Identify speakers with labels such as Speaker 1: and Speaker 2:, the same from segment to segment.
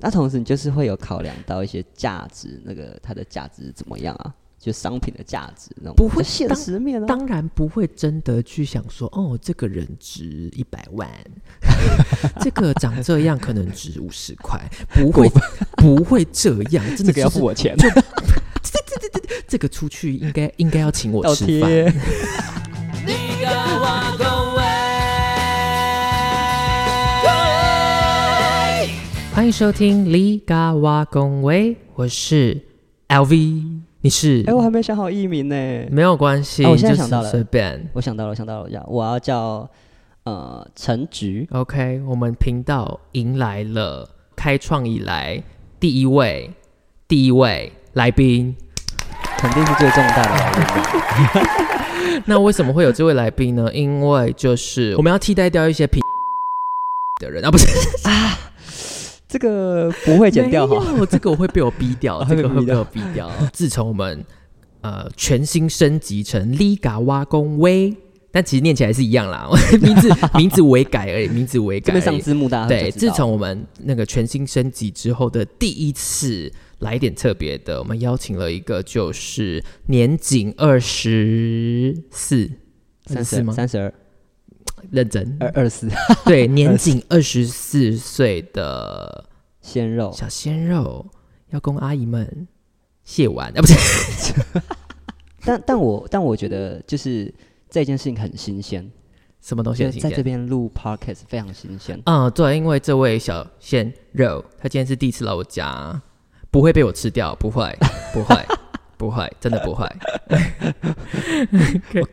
Speaker 1: 那同时你就是会有考量到一些价值，那个它的价值怎么样啊？就商品的价值那种，
Speaker 2: 不会
Speaker 1: 就现
Speaker 2: 当
Speaker 1: 实面啊。
Speaker 2: 当然不会真的去想说，哦，这个人值一百万， 这个长这样可能值五十块，不会不会这样，真
Speaker 1: 这
Speaker 2: 的
Speaker 1: 个要
Speaker 2: 就
Speaker 1: 付
Speaker 2: 是
Speaker 1: 我钱，
Speaker 2: 这个出去应该应该要请 我
Speaker 1: 倒
Speaker 2: 吃饭。
Speaker 1: 贴。
Speaker 2: 欢迎收听《李嘎哇公威》，我是 LV，你是？
Speaker 1: 哎，我还没想好艺名呢。
Speaker 2: 没有关系，
Speaker 1: 啊我现在
Speaker 2: 就是
Speaker 1: 想到了
Speaker 2: 随便。
Speaker 1: 我想到了，我想到了，我要我要叫呃陈菊，
Speaker 2: OK，我们频道迎来了开创以来第一位第一位来宾。
Speaker 1: 肯定是最重大的来宾。
Speaker 2: 那为什么会有这位来宾呢？因为就是我们要替代掉一些平的人 啊，不是
Speaker 1: 这个不会剪掉
Speaker 2: 没
Speaker 1: 哈，
Speaker 2: 有这个我会被我逼掉，
Speaker 1: 啊
Speaker 2: 这 个
Speaker 1: 会被
Speaker 2: 会
Speaker 1: 逼
Speaker 2: 被
Speaker 1: 掉
Speaker 2: 我逼掉。自从我们呃全新升级成 Liga 挖工威，但其实念起来是一样啦， 名 字名字为改而已，名字为
Speaker 1: 这
Speaker 2: 改而
Speaker 1: 边
Speaker 2: 已。
Speaker 1: 上字幕大家
Speaker 2: 对，
Speaker 1: 会就知
Speaker 2: 自
Speaker 1: 道
Speaker 2: 从我们那个全新升级之后的第一次来一点特别的，我们邀请了一个就是年仅二十四。
Speaker 1: 三
Speaker 2: 四
Speaker 1: 十
Speaker 2: 吗？
Speaker 1: 三十二
Speaker 2: 认真，
Speaker 1: 二二四
Speaker 2: 对，年仅二十四岁的
Speaker 1: 鲜肉，
Speaker 2: 小鲜肉要供阿姨们谢完啊，不是？
Speaker 1: 但但我但我觉得就是这件事情很新鲜，
Speaker 2: 什么东西
Speaker 1: 就
Speaker 2: 很
Speaker 1: 是
Speaker 2: 新
Speaker 1: 在这
Speaker 2: 鲜？
Speaker 1: 边录 podcast 非常新 鲜。
Speaker 2: 嗯，对，因为这位小鲜肉，他今天是第一次来我家，不会被我吃掉，不会， 不会，不会，真的不会。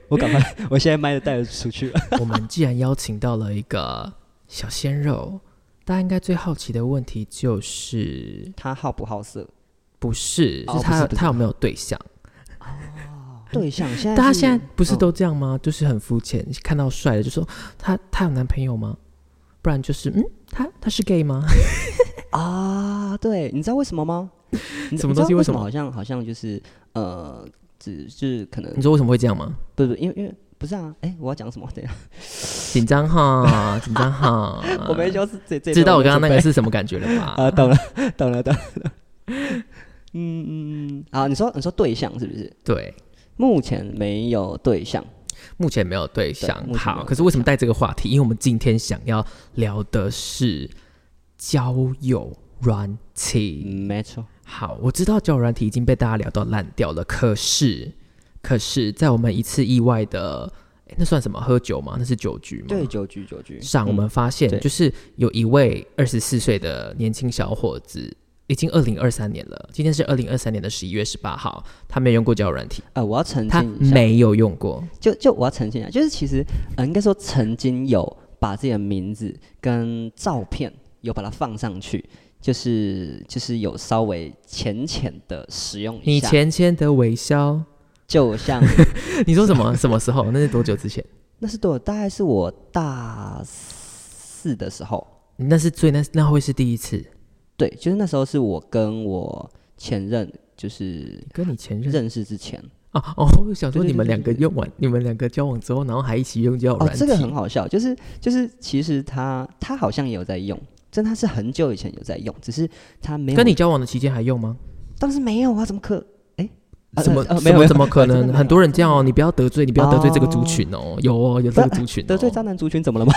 Speaker 1: 我赶快，我现在麦都带出去 了。
Speaker 2: 我们既然邀请到了一个小鲜肉，大家应该最好奇的问题就是，
Speaker 1: 他好不好色？
Speaker 2: 不是，
Speaker 1: 哦
Speaker 2: 是他
Speaker 1: 不是不是
Speaker 2: 他有没有对象？
Speaker 1: 对象现在
Speaker 2: 大家啊现在不是
Speaker 1: 嗯
Speaker 2: 都这样吗？就是很肤浅，看到帅的就说他他有男朋友吗？不然就是嗯，他他是 gay 吗？
Speaker 1: 啊，对，你知道为什么吗？你
Speaker 2: 什么
Speaker 1: 你知道
Speaker 2: 东西为
Speaker 1: 为
Speaker 2: 什么
Speaker 1: 好像好像就是呃，只是可能
Speaker 2: 你说为什么会这样吗？
Speaker 1: 不不，因为因为不是啊，哎，我要讲什么？等一下，，
Speaker 2: 紧张哈，紧张哈
Speaker 1: 我没就是这这
Speaker 2: 啊知道我刚刚那个
Speaker 1: 是
Speaker 2: 是什么感觉了吧？
Speaker 1: 啊，懂了懂了懂了。 嗯嗯嗯，啊，你说你说对象是不是？
Speaker 2: 对，
Speaker 1: 目前没有对象，
Speaker 2: 目前没有对象
Speaker 1: 对。目前没
Speaker 2: 好，
Speaker 1: 有
Speaker 2: 可是为什么带这个话题？因为我们今天想要聊的是交友软体。
Speaker 1: 嗯没错，
Speaker 2: 好，我知道交友软体已经被大家聊到烂掉了，可是，可是在我们一次意外的，诶那算什么？喝酒吗？那是酒局吗？
Speaker 1: 对，酒局酒局
Speaker 2: 上我
Speaker 1: 嗯
Speaker 2: 们发现
Speaker 1: 对
Speaker 2: 就是有一位二十四岁的年轻小伙子。已经二零二三年了，今天是二零二三年的十一月十八号，他没有用过交友软体，
Speaker 1: 呃，我要澄
Speaker 2: 他
Speaker 1: 清一下，
Speaker 2: 没有用过，
Speaker 1: 就就我要澄清一下，就是其实呃，应该说曾经有把自己的名字跟照片有把它放上去，就是就是有稍微浅浅的使用一
Speaker 2: 你
Speaker 1: 下，
Speaker 2: 浅浅的 微笑，
Speaker 1: 就像
Speaker 2: 你说什么？什么时候？那是多久之前？
Speaker 1: 那是多，大概是我大四的时候，
Speaker 2: 那是最那那会是第一次，
Speaker 1: 对，就是那时候是我跟我前任就是
Speaker 2: 你跟你前任
Speaker 1: 认识之前，
Speaker 2: 哦哦，我想说
Speaker 1: 对对
Speaker 2: 你们
Speaker 1: 对对
Speaker 2: 两个
Speaker 1: 对对
Speaker 2: 用完，你们两个交往之后，然后还一起用交友
Speaker 1: 哦
Speaker 2: 软，体，
Speaker 1: 这个很好笑，就是就是其实他他好像也有在用，真他是很久以前有在用，只是他没有
Speaker 2: 跟你交往的期间还用吗？
Speaker 1: 当时没有啊，怎么可？哎、呃
Speaker 2: 怎么
Speaker 1: 呃呃没
Speaker 2: 怎
Speaker 1: 有
Speaker 2: 么
Speaker 1: 没
Speaker 2: 怎
Speaker 1: 有
Speaker 2: 么可
Speaker 1: 真的
Speaker 2: 能？
Speaker 1: 没有
Speaker 2: 很多人这样哦，你不要得罪，你不要得罪这个族群哦。有哦，有这个族群哦
Speaker 1: 得罪渣男族群怎么了吗？，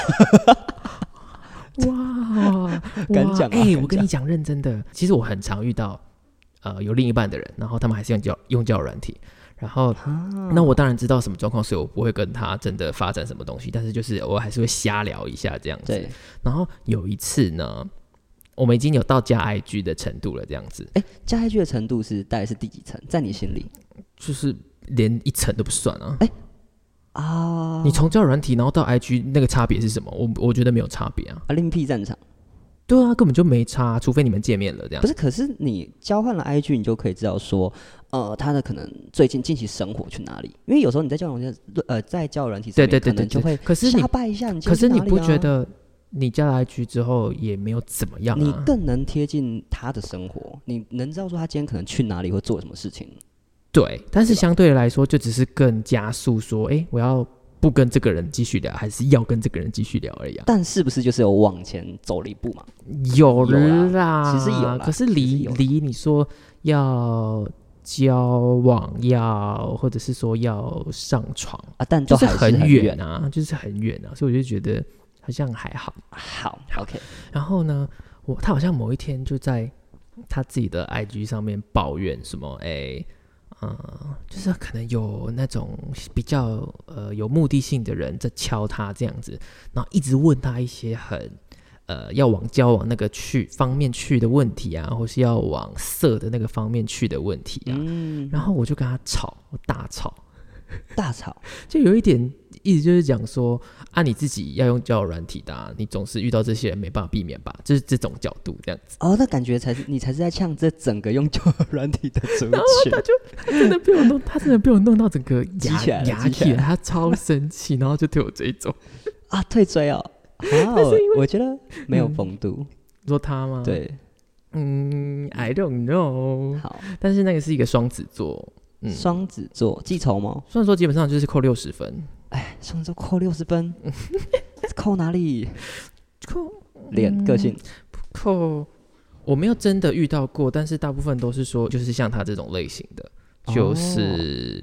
Speaker 2: 哇
Speaker 1: 敢讲啊
Speaker 2: 哇哎，
Speaker 1: 敢
Speaker 2: 我跟你讲，认真的，其实我很常遇到呃有另一半的人，然后他们还是用交用交友软体，
Speaker 1: 嗯
Speaker 2: 然后。啊 那我当然知道什么状况，所以我不会跟他真的发展什么东西，但是就是我还是会瞎聊一下这样子。
Speaker 1: 对，
Speaker 2: 然后有一次呢，我们已经有到加 IG 的程度了，这样子，
Speaker 1: 哎、加下去的程度是大概是第几层？在你心里
Speaker 2: 就是连一层都不算啊。
Speaker 1: 哎啊？
Speaker 2: 你从交友软体然后到 IG 那个差别是什么？我我觉得没有差别啊。
Speaker 1: 啊，另辟战场
Speaker 2: 对啊，根本就没差啊，除非你们见面了这样
Speaker 1: 不。是？可是你交换了 IG，你就可以知道说，呃，他的可能最近近期生活去哪里？因为有时候你在交友软件，呃，在交友软体上
Speaker 2: 对
Speaker 1: 面
Speaker 2: 对对
Speaker 1: 可
Speaker 2: 对
Speaker 1: 能就
Speaker 2: 对。
Speaker 1: 会
Speaker 2: 可是你
Speaker 1: 瞎，拜一下你今
Speaker 2: 可
Speaker 1: 天去
Speaker 2: 是
Speaker 1: 哪里
Speaker 2: 你
Speaker 1: 啊、
Speaker 2: 不觉得你加了 IG 之后也没有怎么样
Speaker 1: 你
Speaker 2: 啊？
Speaker 1: 更能贴近他的生活？你能知道说他今天可能去哪里或做什么事情？
Speaker 2: 对，但是
Speaker 1: 对吧
Speaker 2: 相对来说，就只是更加速说，哎，我要不跟这个人继续聊，还是要跟这个人继续聊而已啊？
Speaker 1: 但是不是就是有往前走了一步嘛？
Speaker 2: 有啊
Speaker 1: 有
Speaker 2: 啦，
Speaker 1: 其实有啦
Speaker 2: 可是
Speaker 1: 其实
Speaker 2: 离
Speaker 1: 有啦
Speaker 2: 离你说要交往，要或者是说要上床，
Speaker 1: 啊，但
Speaker 2: 就
Speaker 1: 都还是
Speaker 2: 很
Speaker 1: 远。
Speaker 2: 啊，就是很远啊，所以我就觉得好像还好。
Speaker 1: 好，OK，
Speaker 2: 然后呢，我他好像某一天就在他自己的 IG 上面抱怨什么，哎、呃，就是可能有那种比较呃有目的性的人在敲他这样子，然后一直问他一些很呃要往交往那个去方面去的问题啊，或是要往色的那个方面去的问题啊，
Speaker 1: 嗯，
Speaker 2: 然后我就跟他吵，我大吵，
Speaker 1: 大吵，
Speaker 2: 就有一点意思就是讲说，啊，你自己要用交友软体的、啊，你总是遇到这些人没办法避免吧，就是这种角度这样子。
Speaker 1: 哦，那感觉才是你才是在呛这整个用旧软体的族
Speaker 2: 然后他
Speaker 1: 群，
Speaker 2: 哦就 他真的被我弄，他真的被我弄到整个
Speaker 1: 激
Speaker 2: 牙
Speaker 1: 起来了
Speaker 2: 牙
Speaker 1: 激起
Speaker 2: 起
Speaker 1: 来
Speaker 2: 来，他超生气，然后就对我追踪。
Speaker 1: 啊，退追 哦，啊，我我觉得没有
Speaker 2: 嗯
Speaker 1: 风度，
Speaker 2: 你说他吗？，
Speaker 1: 对，
Speaker 2: 嗯，I don't know。
Speaker 1: 好，
Speaker 2: 但是那个是一个双子座，嗯，
Speaker 1: 双子座记仇吗？
Speaker 2: 双子座基本上就是扣六十分，
Speaker 1: 哎，双子座扣六十 分，扣哪里？
Speaker 2: 扣嗯
Speaker 1: 脸、个性，
Speaker 2: 扣。我没有真的遇到过，但是大部分都是说，就是像他这种类型的，就是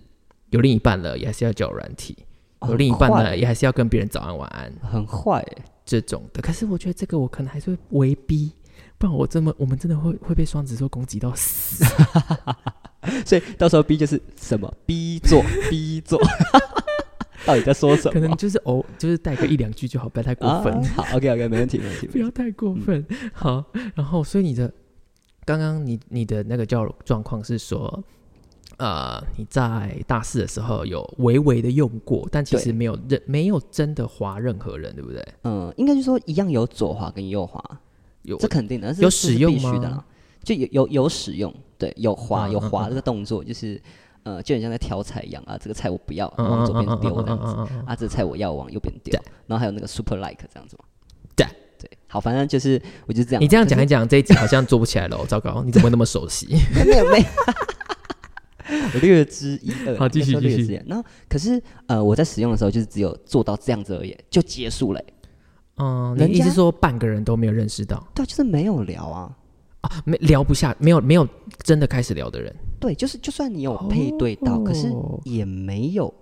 Speaker 2: 有另一半了，也还是要交友软体；
Speaker 1: 哦
Speaker 2: 有另一半
Speaker 1: 很
Speaker 2: 了，
Speaker 1: 坏
Speaker 2: 也还是要跟别人早安晚安
Speaker 1: 很坏欸，
Speaker 2: 这种的。可是我觉得这个我可能还是会违逼，不然我这么我们真的会会被双子座攻击到死。
Speaker 1: 所以到时候 B 就是什么 B 座 B 座， 到底在说什么？
Speaker 2: 可能就是偶就是带个一两句就好，不要太过分，
Speaker 1: 啊、嗯好，OK OK，没问题，没问题。
Speaker 2: 不
Speaker 1: 没问
Speaker 2: 要太过分。好，然后所以你的刚刚你你的那个交友状况是说。呃，你在大四的时候有微微的用过，但其
Speaker 1: 对
Speaker 2: 实没有任没有真的划任何人，对不对？
Speaker 1: 题嗯，应该就说一样有左滑跟右滑，
Speaker 2: 有
Speaker 1: 这肯定的，但是
Speaker 2: 有
Speaker 1: 这是
Speaker 2: 使用
Speaker 1: 必须的
Speaker 2: 吗
Speaker 1: 啦，就有有有使用，对，有滑
Speaker 2: 嗯
Speaker 1: 有
Speaker 2: 嗯
Speaker 1: 滑
Speaker 2: 嗯
Speaker 1: 这个动作，就是呃，就很像在挑菜一样啊，这个菜我不要，往左边丢这样子。
Speaker 2: 嗯嗯嗯嗯嗯嗯嗯嗯
Speaker 1: 啊，这菜我要往右边丢
Speaker 2: 对，
Speaker 1: 然后还有那个 super like 这样子嘛，
Speaker 2: 对
Speaker 1: 对，好，反正就是我就这样，
Speaker 2: 你这样讲
Speaker 1: 可
Speaker 2: 一讲，这一集好像做不 起来了哦，糟糕！你怎么会那么熟悉？
Speaker 1: 是没有没有， 我略知一二，
Speaker 2: 好继
Speaker 1: 应该
Speaker 2: 续
Speaker 1: 说
Speaker 2: 继
Speaker 1: 略
Speaker 2: 续
Speaker 1: 知一二然后可是呃，我在使用的时候就是只有做到这样子而已，就结束了欸，
Speaker 2: 嗯，
Speaker 1: 人
Speaker 2: 你意思
Speaker 1: 家
Speaker 2: 说半个人都没有认识到
Speaker 1: 对啊，就是没有聊啊，
Speaker 2: 啊？没聊不下，没有没有真的开始聊的人。
Speaker 1: 对，就是就算你有配对到，可是
Speaker 2: 哦
Speaker 1: 也没有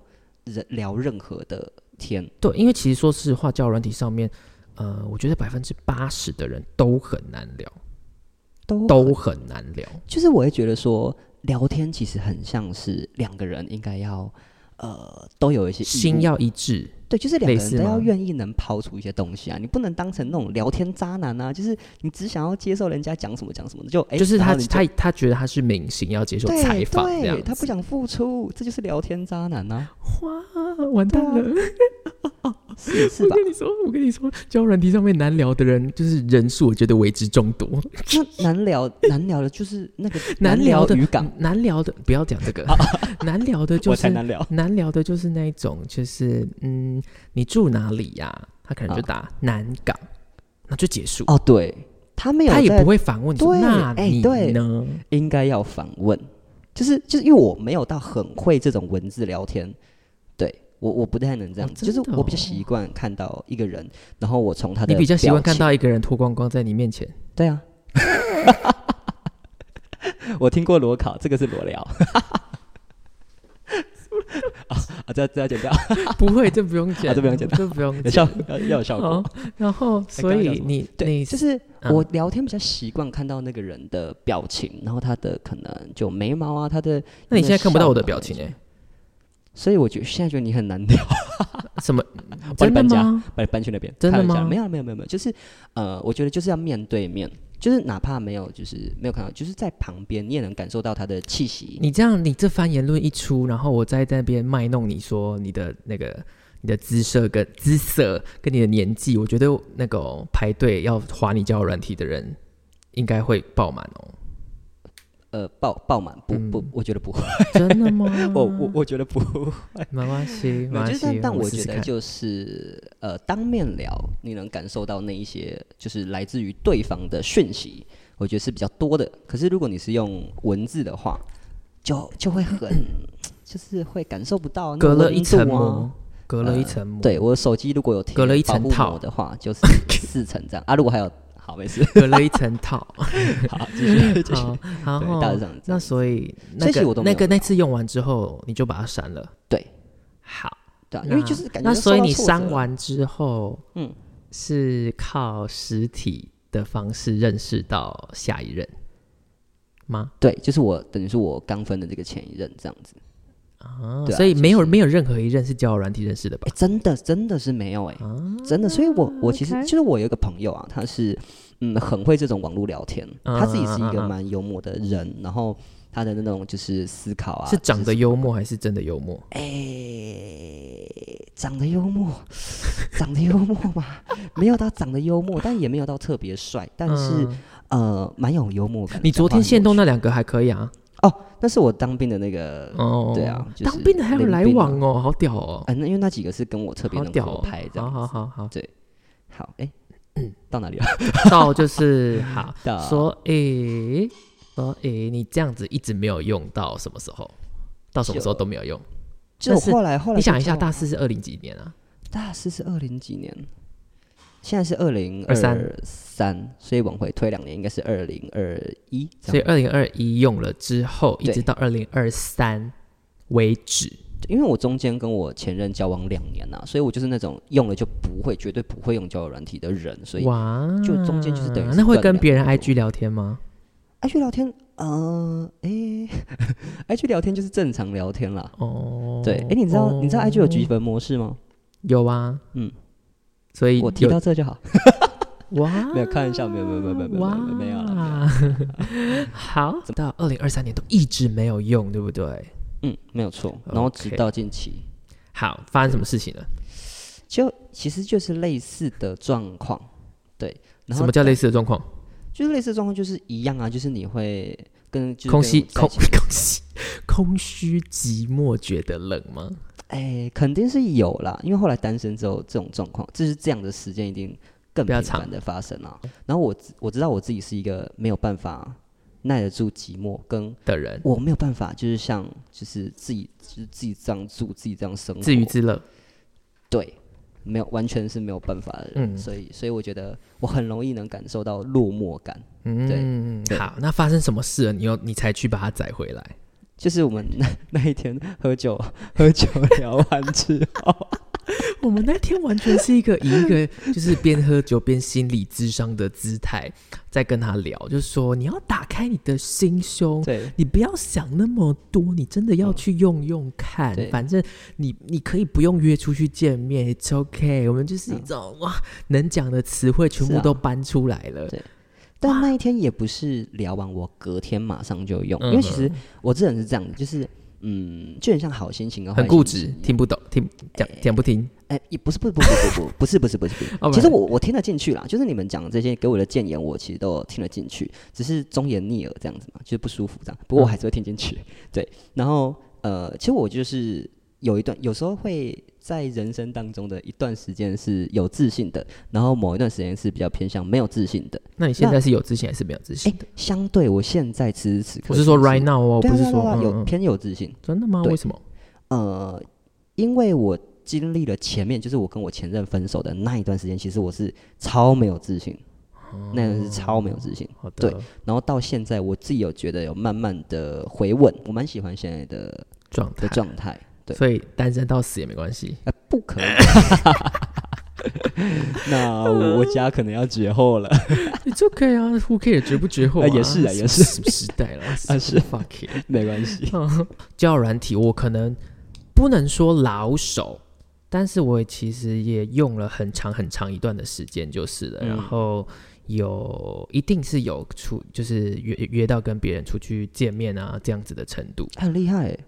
Speaker 1: 人聊任何的天，
Speaker 2: 对，因为其实说实话，交友软体上面，呃，我觉得百分之八十的人都很难聊，
Speaker 1: 都
Speaker 2: 都很难聊。
Speaker 1: 就是我会觉得说，聊天其实很像是两个人应该要呃都有一些义务
Speaker 2: 心要一致，
Speaker 1: 对，就是两
Speaker 2: 类
Speaker 1: 个人
Speaker 2: 似
Speaker 1: 都要
Speaker 2: 吗
Speaker 1: 愿意能抛出一些东西啊，你不能当成那种聊天渣男啊，就是你只想要接受人家讲什么讲什么的，就哎，
Speaker 2: 就是
Speaker 1: 然
Speaker 2: 他
Speaker 1: 后你
Speaker 2: 他他觉得他是明星，要接受
Speaker 1: 对
Speaker 2: 采访这
Speaker 1: 对，
Speaker 2: 样
Speaker 1: 他不
Speaker 2: 子。
Speaker 1: 想付出，这就是聊天渣男 啊，
Speaker 2: 哇，完蛋
Speaker 1: 对啊
Speaker 2: 了！
Speaker 1: 是是
Speaker 2: 我
Speaker 1: 吧？
Speaker 2: 跟你说，我跟你说，交友软体上面难聊的人，就是人数，我觉得为之众多。
Speaker 1: 那难聊难聊的就是那个
Speaker 2: 难聊的
Speaker 1: 语感，
Speaker 2: 难聊的不要讲这个， 难聊的就
Speaker 1: 我才
Speaker 2: 是
Speaker 1: 难聊。
Speaker 2: 难聊的就是那一种，就是嗯，你住哪里呀、他可能就打南港，那就结束。
Speaker 1: 啊哦，对，他没有，
Speaker 2: 他也不，会反问你说
Speaker 1: 对
Speaker 2: 那
Speaker 1: 哎
Speaker 2: 你
Speaker 1: 对
Speaker 2: 呢？
Speaker 1: 应该要反问，就是就是因为我没有到很会这种文字聊天，对我我不太能这
Speaker 2: 哦
Speaker 1: 样子，
Speaker 2: 真
Speaker 1: 就是
Speaker 2: 的
Speaker 1: 我比较
Speaker 2: 哦
Speaker 1: 习惯看到一个人，然后我从他的
Speaker 2: 你比较习
Speaker 1: 表
Speaker 2: 惯看
Speaker 1: 情，
Speaker 2: 到一个人脱光光在你面前，
Speaker 1: 对啊， 我听过裸考，这个是裸聊。 啊啊，这这要剪 掉，
Speaker 2: 不会，这不用讲，
Speaker 1: 啊这不用讲
Speaker 2: 这不用
Speaker 1: 有
Speaker 2: 讲
Speaker 1: 效。要要有效
Speaker 2: 好
Speaker 1: 果。，
Speaker 2: 然后所
Speaker 1: 刚刚讲
Speaker 2: 以
Speaker 1: 什么
Speaker 2: 你
Speaker 1: 对，
Speaker 2: 你
Speaker 1: 就是
Speaker 2: 嗯
Speaker 1: 我聊天比较习惯看到那个人的表情，然后他的可能就眉毛啊，他的
Speaker 2: 那你现在看不到我的表
Speaker 1: 有没有笑
Speaker 2: 情哎，
Speaker 1: 所以我觉得现在觉得你很难聊，
Speaker 2: 什么
Speaker 1: 帮你
Speaker 2: 真的
Speaker 1: 搬家
Speaker 2: 吗？
Speaker 1: 把你搬去那边。
Speaker 2: 真的
Speaker 1: 开玩笑
Speaker 2: 吗
Speaker 1: 没有没有没有没有，就是呃，我觉得就是要面对面，就是哪怕没有就是没有看到，就是在旁边你也能感受到他的气息。
Speaker 2: 你这样，你这番言论一出，然后我在那边卖弄你说你的那个你的姿色跟姿色跟你的年纪，我觉得那个哦、排队要划你交友软体的人应该会爆满哦。
Speaker 1: 呃，爆爆满不不
Speaker 2: 嗯，
Speaker 1: 我觉得不会，？
Speaker 2: 真的吗
Speaker 1: 哦我我我觉得不会。
Speaker 2: 没关系，
Speaker 1: 没
Speaker 2: 没
Speaker 1: 有就
Speaker 2: 关系
Speaker 1: 是，但但我
Speaker 2: 试
Speaker 1: 觉
Speaker 2: 试
Speaker 1: 得
Speaker 2: 看
Speaker 1: 就是呃，当面聊你能感受到那一些就是来自于对方的讯息，我觉得是比较多的。可是如果你是用文字的话，就就会很就是会感受不到那
Speaker 2: 隔
Speaker 1: 个
Speaker 2: 了
Speaker 1: 温
Speaker 2: 一层
Speaker 1: 度啊
Speaker 2: 膜，隔了一层膜，
Speaker 1: 对，我的手机如果有贴
Speaker 2: 隔了一层
Speaker 1: 保护膜
Speaker 2: 套
Speaker 1: 的话，就是 四层这样啊。如果还有，好，没事，
Speaker 2: 隔了一层套。
Speaker 1: 好，继续继续。
Speaker 2: 好，然
Speaker 1: 对，
Speaker 2: 后
Speaker 1: 大致上这
Speaker 2: 那
Speaker 1: 样。
Speaker 2: 所以
Speaker 1: 所
Speaker 2: 那
Speaker 1: 以其实我
Speaker 2: 个
Speaker 1: 都没
Speaker 2: 那
Speaker 1: 有
Speaker 2: 个那次用完之后，你就把它删了。
Speaker 1: 对，
Speaker 2: 好，
Speaker 1: 对啊，
Speaker 2: 那
Speaker 1: 因为就是感觉
Speaker 2: 那
Speaker 1: 受
Speaker 2: 所以
Speaker 1: 到
Speaker 2: 你
Speaker 1: 挫
Speaker 2: 删
Speaker 1: 折
Speaker 2: 完之后，
Speaker 1: 嗯，
Speaker 2: 是靠实体的方式认识到下一任吗？
Speaker 1: 对，就是我等于是我刚分的这个前一任这样子。
Speaker 2: 啊，
Speaker 1: 对啊
Speaker 2: 所以没有、
Speaker 1: 就是
Speaker 2: 没有任何一任是交友软体认识的吧
Speaker 1: 哎、？真的真的是没有哎、
Speaker 2: 啊
Speaker 1: 真的，所以我我其实
Speaker 2: OK
Speaker 1: 就是我有一个朋友啊，他是嗯很会这种网络聊天，他自己是一
Speaker 2: 嗯嗯嗯
Speaker 1: 个
Speaker 2: 嗯
Speaker 1: 蛮幽默的人，然后他的那种就是思考啊，
Speaker 2: 是长
Speaker 1: 就
Speaker 2: 得幽默还是真的幽默？
Speaker 1: 哎、长得幽默，长得幽默嘛， 没有到长得幽默，但也没有到特别帅，但是、
Speaker 2: 嗯
Speaker 1: 呃蛮有幽默感的。
Speaker 2: 你昨
Speaker 1: 讲话很
Speaker 2: 天现
Speaker 1: 有
Speaker 2: 动那两个还可以啊。
Speaker 1: 趣哦，那是我当兵的那个，
Speaker 2: 哦，
Speaker 1: 对啊就是
Speaker 2: 当兵的还有
Speaker 1: 领
Speaker 2: 来
Speaker 1: 兵啊
Speaker 2: 往哦，好屌哦，
Speaker 1: 啊，那因为那几个是跟我特别
Speaker 2: 好
Speaker 1: 能
Speaker 2: 屌
Speaker 1: 合
Speaker 2: 哦，
Speaker 1: 拍这样
Speaker 2: 好
Speaker 1: 子。
Speaker 2: 好好好，
Speaker 1: 好，哎、到哪里了？
Speaker 2: 到就是 好
Speaker 1: 到，
Speaker 2: 说诶、说诶、你这样子一直没有用到什么时候？到什么时候
Speaker 1: 就
Speaker 2: 都没有用？
Speaker 1: 就
Speaker 2: 但是
Speaker 1: 后来后来
Speaker 2: 你
Speaker 1: 就
Speaker 2: 想一
Speaker 1: 这
Speaker 2: 下，
Speaker 1: 样
Speaker 2: 大四是二零几年啊？
Speaker 1: 大四是二零几年，现在是二零
Speaker 2: 23
Speaker 1: 三，所以往回推两年应该是二零二一，
Speaker 2: 所以二零二一用了之后，一
Speaker 1: 对
Speaker 2: 直到二零二三为止，
Speaker 1: 因为我中间跟我前任交往两年呐、啊所以我就是那种用了就不会，绝对不会用交友软体的人，所以
Speaker 2: 哇，
Speaker 1: 就中间就是等于是
Speaker 2: 那会
Speaker 1: 断
Speaker 2: 跟
Speaker 1: 两
Speaker 2: 别人
Speaker 1: 年多
Speaker 2: IG 聊天吗？
Speaker 1: IG 聊天，呃，哎、i g 聊天就是正常聊天啦。
Speaker 2: 哦，
Speaker 1: 对，哎、你知道、你知道 IG 有
Speaker 2: 哦
Speaker 1: 积分模式吗？
Speaker 2: 有啊，
Speaker 1: 嗯，
Speaker 2: 所以
Speaker 1: 我提
Speaker 2: 有
Speaker 1: 到这就好。
Speaker 2: 哇，
Speaker 1: 没有开玩笑没有没有没有没有没有
Speaker 2: 哇
Speaker 1: 没有啦
Speaker 2: 好，到二零二三年都一直没有用，对不对？
Speaker 1: 嗯，没有错。然后直
Speaker 2: OK
Speaker 1: 到近期
Speaker 2: 好，发生什么事情了？
Speaker 1: 就其实就是类似的状况，对。然后
Speaker 2: 什么叫类似的状况？
Speaker 1: 就是类似的状况就是一样啊，就是你会跟就是
Speaker 2: 空
Speaker 1: 跟
Speaker 2: 虚，
Speaker 1: 在一
Speaker 2: 空
Speaker 1: 起
Speaker 2: 空虚，空 虚寂寞，觉得冷吗？
Speaker 1: 哎，肯定是有啦，因为后来单身之后，这种状况，就是这样的时间一定更
Speaker 2: 比较
Speaker 1: 频
Speaker 2: 长
Speaker 1: 繁的发生啦。然后我知我知道我自己是一个没有办法耐得住寂寞，跟
Speaker 2: 的人，
Speaker 1: 我没有办法就是像就是自己就是自己这样住，自己这样生活，
Speaker 2: 自娱自乐。
Speaker 1: 对，没有完全是没有办法的人，
Speaker 2: 嗯
Speaker 1: 所以所以我觉得我很容易能感受到落寞感。
Speaker 2: 嗯，
Speaker 1: 对
Speaker 2: 好，那发生什么事了？你又你才去把它载回来？
Speaker 1: 就是我们 那那一天喝酒 喝酒聊完之 后，
Speaker 2: 我们那天完全是一个以一 个就是边喝酒边心理智商的姿态在跟他聊，就是说你要打开你的心胸，
Speaker 1: 对
Speaker 2: 你不要想那么多，你真的要去用用看。
Speaker 1: 对
Speaker 2: 反正你你可以不用约出去见面，it's OK。我们就是一
Speaker 1: 嗯
Speaker 2: 种、哇，能讲的词汇全
Speaker 1: 是
Speaker 2: 部
Speaker 1: 啊
Speaker 2: 都搬出来了。
Speaker 1: 对但那一天也不是聊完我隔天马上就用，
Speaker 2: 嗯
Speaker 1: 因为其实我这人是这样的，就是嗯，就很像好心情跟坏
Speaker 2: 很
Speaker 1: 心
Speaker 2: 固
Speaker 1: 情
Speaker 2: 执
Speaker 1: 一样，
Speaker 2: 听不懂，听讲讲不听。
Speaker 1: 哎，也不是，不是不是不不不是不是不是不是
Speaker 2: Alright
Speaker 1: 其实我我听得进去啦，就是你们讲的这些给我的谏言，我其实都有听得进去，只是忠言逆耳这样子嘛，就是不舒服这样。不过我
Speaker 2: 嗯
Speaker 1: 还是会听进去，对。然后呃，其实我就是有一段，有时候会在人生当中的一段时间是有自信的，然后某一段时间是比较偏向没有自信的。
Speaker 2: 那你现
Speaker 1: 那
Speaker 2: 在是有自信还是没有自
Speaker 1: 哎
Speaker 2: 信的？，
Speaker 1: 相对我现在此时此刻，
Speaker 2: 我是说 right now 哦，
Speaker 1: 对啊
Speaker 2: 不是
Speaker 1: 对啊
Speaker 2: 说
Speaker 1: 对啊
Speaker 2: 嗯
Speaker 1: 有
Speaker 2: 嗯
Speaker 1: 偏有自信，
Speaker 2: 真的吗？
Speaker 1: 对
Speaker 2: 为什么？
Speaker 1: 呃，因为我经历了前面，就是我跟我前任分手的那一段时间，其实我是超没有自信，那段
Speaker 2: 哦
Speaker 1: 是超没有自信。
Speaker 2: 好的，
Speaker 1: 然后到现在，我自己有觉得有慢慢的回稳，我蛮喜欢现在的
Speaker 2: 状态
Speaker 1: 的，状态。对，
Speaker 2: 所以单身到死也没关系。
Speaker 1: 呃，不可以。 那我我家可能要绝后了。
Speaker 2: It's OK 啊，Who care 绝不绝后啊？
Speaker 1: 啊也是啊也是
Speaker 2: 什么时代 了啊
Speaker 1: 是
Speaker 2: fuck it。
Speaker 1: 没关系。
Speaker 2: 嗯交友软体我可能不能说老手，但是我其实也用了很长很长一段的时间就是了。
Speaker 1: 嗯
Speaker 2: 然后有一定是有出，就是约约到跟别人出去见面啊这样子的程度，
Speaker 1: 很厉害欸、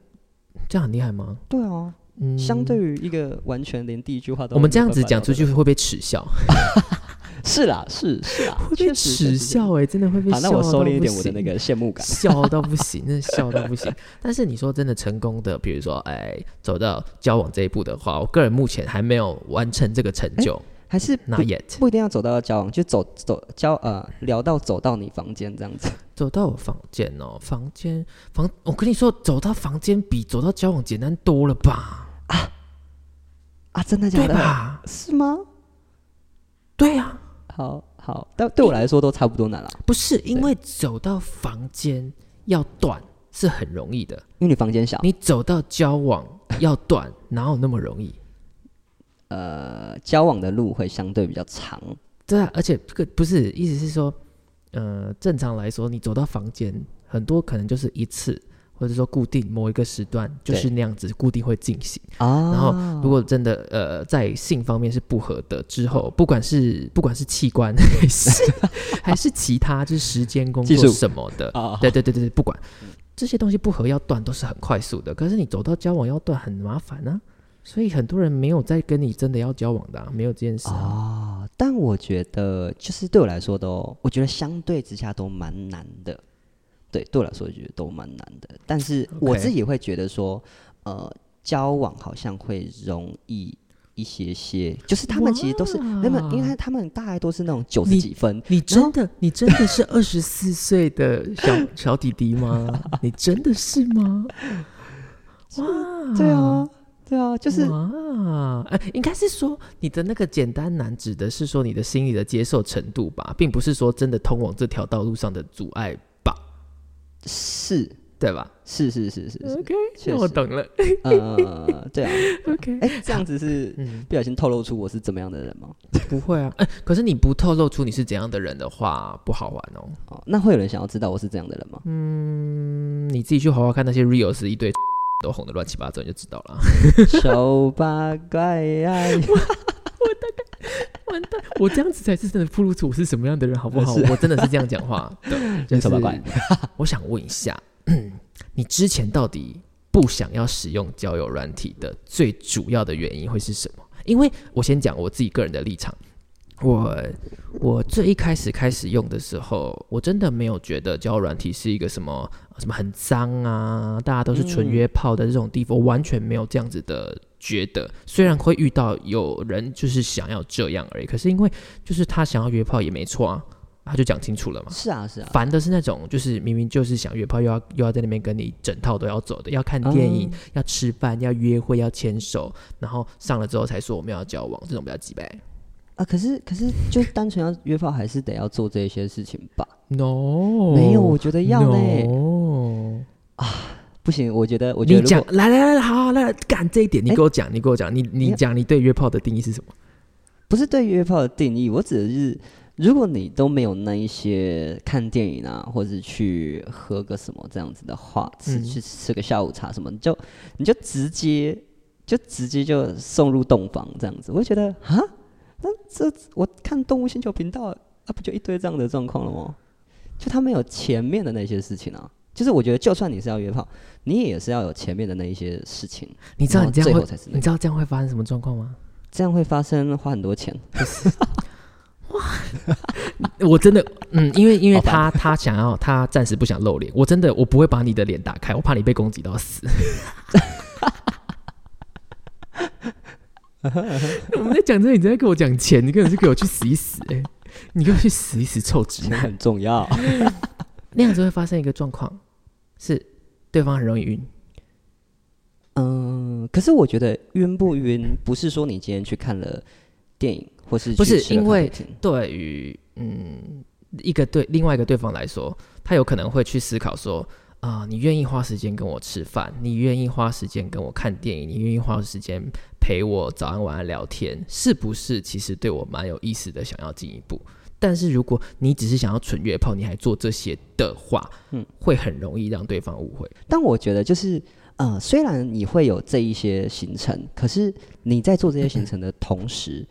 Speaker 2: 这样很厉害吗？
Speaker 1: 对啊，
Speaker 2: 嗯，
Speaker 1: 相对于一个完全连第一句话都
Speaker 2: 我们
Speaker 1: 没
Speaker 2: 这样
Speaker 1: 办
Speaker 2: 子
Speaker 1: 法
Speaker 2: 讲
Speaker 1: 聊
Speaker 2: 出
Speaker 1: 的
Speaker 2: 去会被耻笑，
Speaker 1: 人是啦，是是啦，
Speaker 2: 会被
Speaker 1: 确实确
Speaker 2: 耻
Speaker 1: 实确实
Speaker 2: 笑哎、真的会被笑
Speaker 1: 好，那我
Speaker 2: 到
Speaker 1: 收敛一
Speaker 2: 不
Speaker 1: 点我的
Speaker 2: 行
Speaker 1: 那个羡 慕感。
Speaker 2: 笑到不行，真的笑到不 行。但是你说真的成功的，比如说哎，走到交往这一步的话，我个人目前还没有完成这个成就
Speaker 1: 还是不
Speaker 2: ，not yet。
Speaker 1: 不一定要走到交往，就走走交呃聊到走到你房间这样子。
Speaker 2: 走到我房间哦，房间房，我跟你说，走到房间比走到交往简单多了吧？
Speaker 1: 啊，真的假
Speaker 2: 对
Speaker 1: 的？
Speaker 2: 吧？
Speaker 1: 是吗？
Speaker 2: 对呀、啊，
Speaker 1: 好好，但对我来说都差不多难了，
Speaker 2: 不是因为走到房间要断是很容易的，
Speaker 1: 因为你房间小。
Speaker 2: 你走到交往要断哪有那么容易？
Speaker 1: 呃，交往的路会相对比较长，
Speaker 2: 对啊，而且这个不是意思是说，呃，正常来说，你走到房间，很多可能就是一次，或者说固定某一个时段就是那样子，固定会进行。
Speaker 1: 啊
Speaker 2: 然后如果真的呃在性方面是不合的之
Speaker 1: 哦
Speaker 2: 后，不管是不管是器官还 是还是其他就是时间工
Speaker 1: 技
Speaker 2: 作
Speaker 1: 术
Speaker 2: 什么的，
Speaker 1: 啊，
Speaker 2: 对对对对对，不管这些东西不合要断都是很快速的，可是你走到交往要断很麻烦啊。所以很多人没有在跟你真的要交往的、啊，没有这件事、啊。
Speaker 1: 啊，但我觉得就是对我来说都，我觉得相对之下都蛮难的。对，对我来说我觉得都蛮难的，但是我
Speaker 2: OK
Speaker 1: 自己会觉得说，呃，交往好像会容易一些些，就是他们其实都是，那么因为他他们大概都是那种九十
Speaker 2: 你
Speaker 1: 几分，
Speaker 2: 你
Speaker 1: 然后
Speaker 2: 真的，你真的 是二十四岁的小 小弟弟吗？你真的是吗？哇，
Speaker 1: 对，啊，对啊，就是
Speaker 2: 哇，哎、应该是说你的那个简单难指的是说你的心理的接受程度吧，并不是说真的通往这条道路上的阻碍吧，
Speaker 1: 是
Speaker 2: 对吧
Speaker 1: 是是是是是，
Speaker 2: ？OK，
Speaker 1: 确
Speaker 2: 哎那我
Speaker 1: 实
Speaker 2: 懂了。
Speaker 1: 呃，对啊，
Speaker 2: OK，
Speaker 1: 哎、这样子是
Speaker 2: 嗯，
Speaker 1: 不小心透露出我是怎么样的人吗？
Speaker 2: 不会啊，哎、可是你不透露出你是怎样的人的话，不好玩哦。
Speaker 1: 哦，那会有人想要知道我是这样的人吗？
Speaker 2: 嗯，你自己去好好看那些 reels，一堆 都红的乱七八糟，你就知道了。
Speaker 1: 手把怪爱，
Speaker 2: 我这样子才是真的暴露出我是什么样的人，好不好？
Speaker 1: 是啊
Speaker 2: 我真的是这样讲 话，对，就
Speaker 1: 手把
Speaker 2: 是
Speaker 1: 怪。
Speaker 2: 我想问一下， 你之前到底不想要使用交友软体的最主要的原因会是什么？因为我先讲我自己个人的立场，我我最一开始开始用的时候，我真的没有觉得交友软体是一个什么什么很脏啊，大家都是纯
Speaker 1: 嗯
Speaker 2: 约炮的这种地方，我完全没有这样子的觉得。虽然会遇到有人就是想要这样而已，可是因为就是他想要约炮也没错啊，他就讲清楚了嘛。
Speaker 1: 是啊，是啊，
Speaker 2: 烦的是那种，就是明明就是想约炮，又要又要在那边跟你整套都要走的，要看电影，
Speaker 1: 嗯
Speaker 2: 要吃饭，要约会，要牵手，然后上了之后才说我们要交往，这种比较鸡掰。
Speaker 1: 啊，可是可是，就单纯要约炮，还是得要做这些事情吧？
Speaker 2: No，
Speaker 1: 没有，我觉得要呢。
Speaker 2: 哦 No
Speaker 1: 不行，我觉得，我觉
Speaker 2: 你
Speaker 1: 得如
Speaker 2: 讲
Speaker 1: 果，
Speaker 2: 来来来来，好，来来干这一点，你
Speaker 1: 哎
Speaker 2: 给我讲，你给我讲，你
Speaker 1: 没
Speaker 2: 你
Speaker 1: 有
Speaker 2: 讲你对约炮的定义是什么？
Speaker 1: 不是对约炮的定义，我只是如果你都没有那一些看电影啊，或者去喝个什么这样子的话，吃、
Speaker 2: 嗯
Speaker 1: 去吃个下午茶什么，你就你就直接就直接就送入洞房这样子，我会觉得啊，那这我看动物星球频道啊，不就一堆这样的状况了吗？就他们有前面的那些事情啊，就是我觉得就算你是要约炮，你也是要有前面的那一些事情，
Speaker 2: 你知道
Speaker 1: 然
Speaker 2: 你
Speaker 1: 后
Speaker 2: 这
Speaker 1: 哦最
Speaker 2: 样
Speaker 1: 后
Speaker 2: 会，
Speaker 1: 才是那
Speaker 2: 你
Speaker 1: 个，
Speaker 2: 知道这样会发生什么状况吗？
Speaker 1: 这样会发生花很多钱。
Speaker 2: 我真的，嗯，因为因为
Speaker 1: 好
Speaker 2: 他他想要，他暂时不想露脸，我真的我不会把你的脸打开，我怕你被攻击到 死。我们在讲这个，你在跟我讲钱，你根本是给我去死一死哎、你给我去死一死，臭直
Speaker 1: 钱
Speaker 2: 男！
Speaker 1: 很重要。
Speaker 2: 那样子会发生一个状况，是对方很容易晕。
Speaker 1: 嗯，可是我觉得晕不晕，不是说你今天去看了电影，或是
Speaker 2: 不
Speaker 1: 去
Speaker 2: 是
Speaker 1: 吃了
Speaker 2: 因为
Speaker 1: 咖啡厅
Speaker 2: 对于嗯一个对另外一个对方来说，他有可能会去思考说啊、你愿意花时间跟我吃饭，你愿意花时间跟我看电影，你愿意花时间陪我早安晚安聊天，是不是其实对我蛮有意思的，想要进一步？但是如果你只是想要纯约炮，你还做这些的话，嗯
Speaker 1: 嗯，
Speaker 2: 会很容易让对方误会。
Speaker 1: 但我觉得就是，呃，虽然你会有这一些行程，可是你在做这些行程的同时，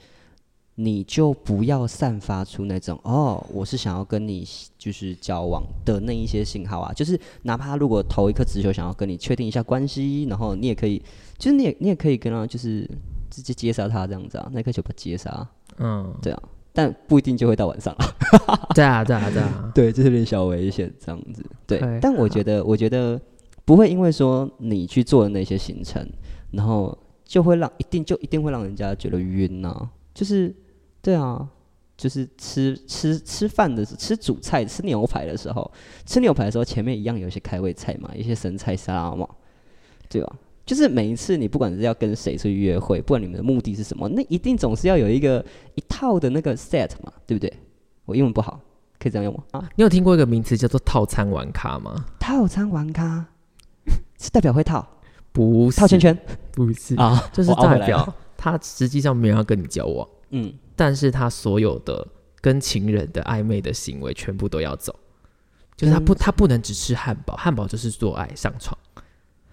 Speaker 1: 你就不要散发出那种哦，我是想要跟你就是交往的那一些信号啊。就是哪怕如果投一颗直球想要跟你确定一下关系，然后你也可以，就是你也你也可以跟他就是直接接杀他这样子啊，那颗球把他接杀，
Speaker 2: 嗯，
Speaker 1: 对啊。但不一定就会到晚上。
Speaker 2: 对啊，对啊，对啊，
Speaker 1: 对，就是有点小危险这样子。对
Speaker 2: OK，
Speaker 1: 但我觉得，我觉得不会因为说你去做的那些行程，然后就会让一定就一定会让人家觉得晕呐、就是，对啊，就是吃吃吃饭的时吃主菜吃牛排的时候，吃牛排的时候前面一样有一些开胃菜嘛，一些生菜沙拉嘛，对吧？就是每一次你不管是要跟谁出去约会，不管你们的目的是什么，那一定总是要有一个一套的那个 set 嘛，对不对？我英文不好，可以这样用吗？啊，
Speaker 2: 你有听过一个名词叫做套餐玩咖吗？
Speaker 1: 套餐玩咖 是代表会套
Speaker 2: 不是，
Speaker 1: 套圈圈
Speaker 2: 不是，
Speaker 1: 啊，
Speaker 2: 就是
Speaker 1: 我凹回
Speaker 2: 代
Speaker 1: 来
Speaker 2: 表
Speaker 1: 了
Speaker 2: 他实际上没有要跟你交往，
Speaker 1: 嗯，
Speaker 2: 但是他所有的跟情人的暧昧的行为全部都要走，就是他不他不能只吃汉堡，汉堡就是做爱上床，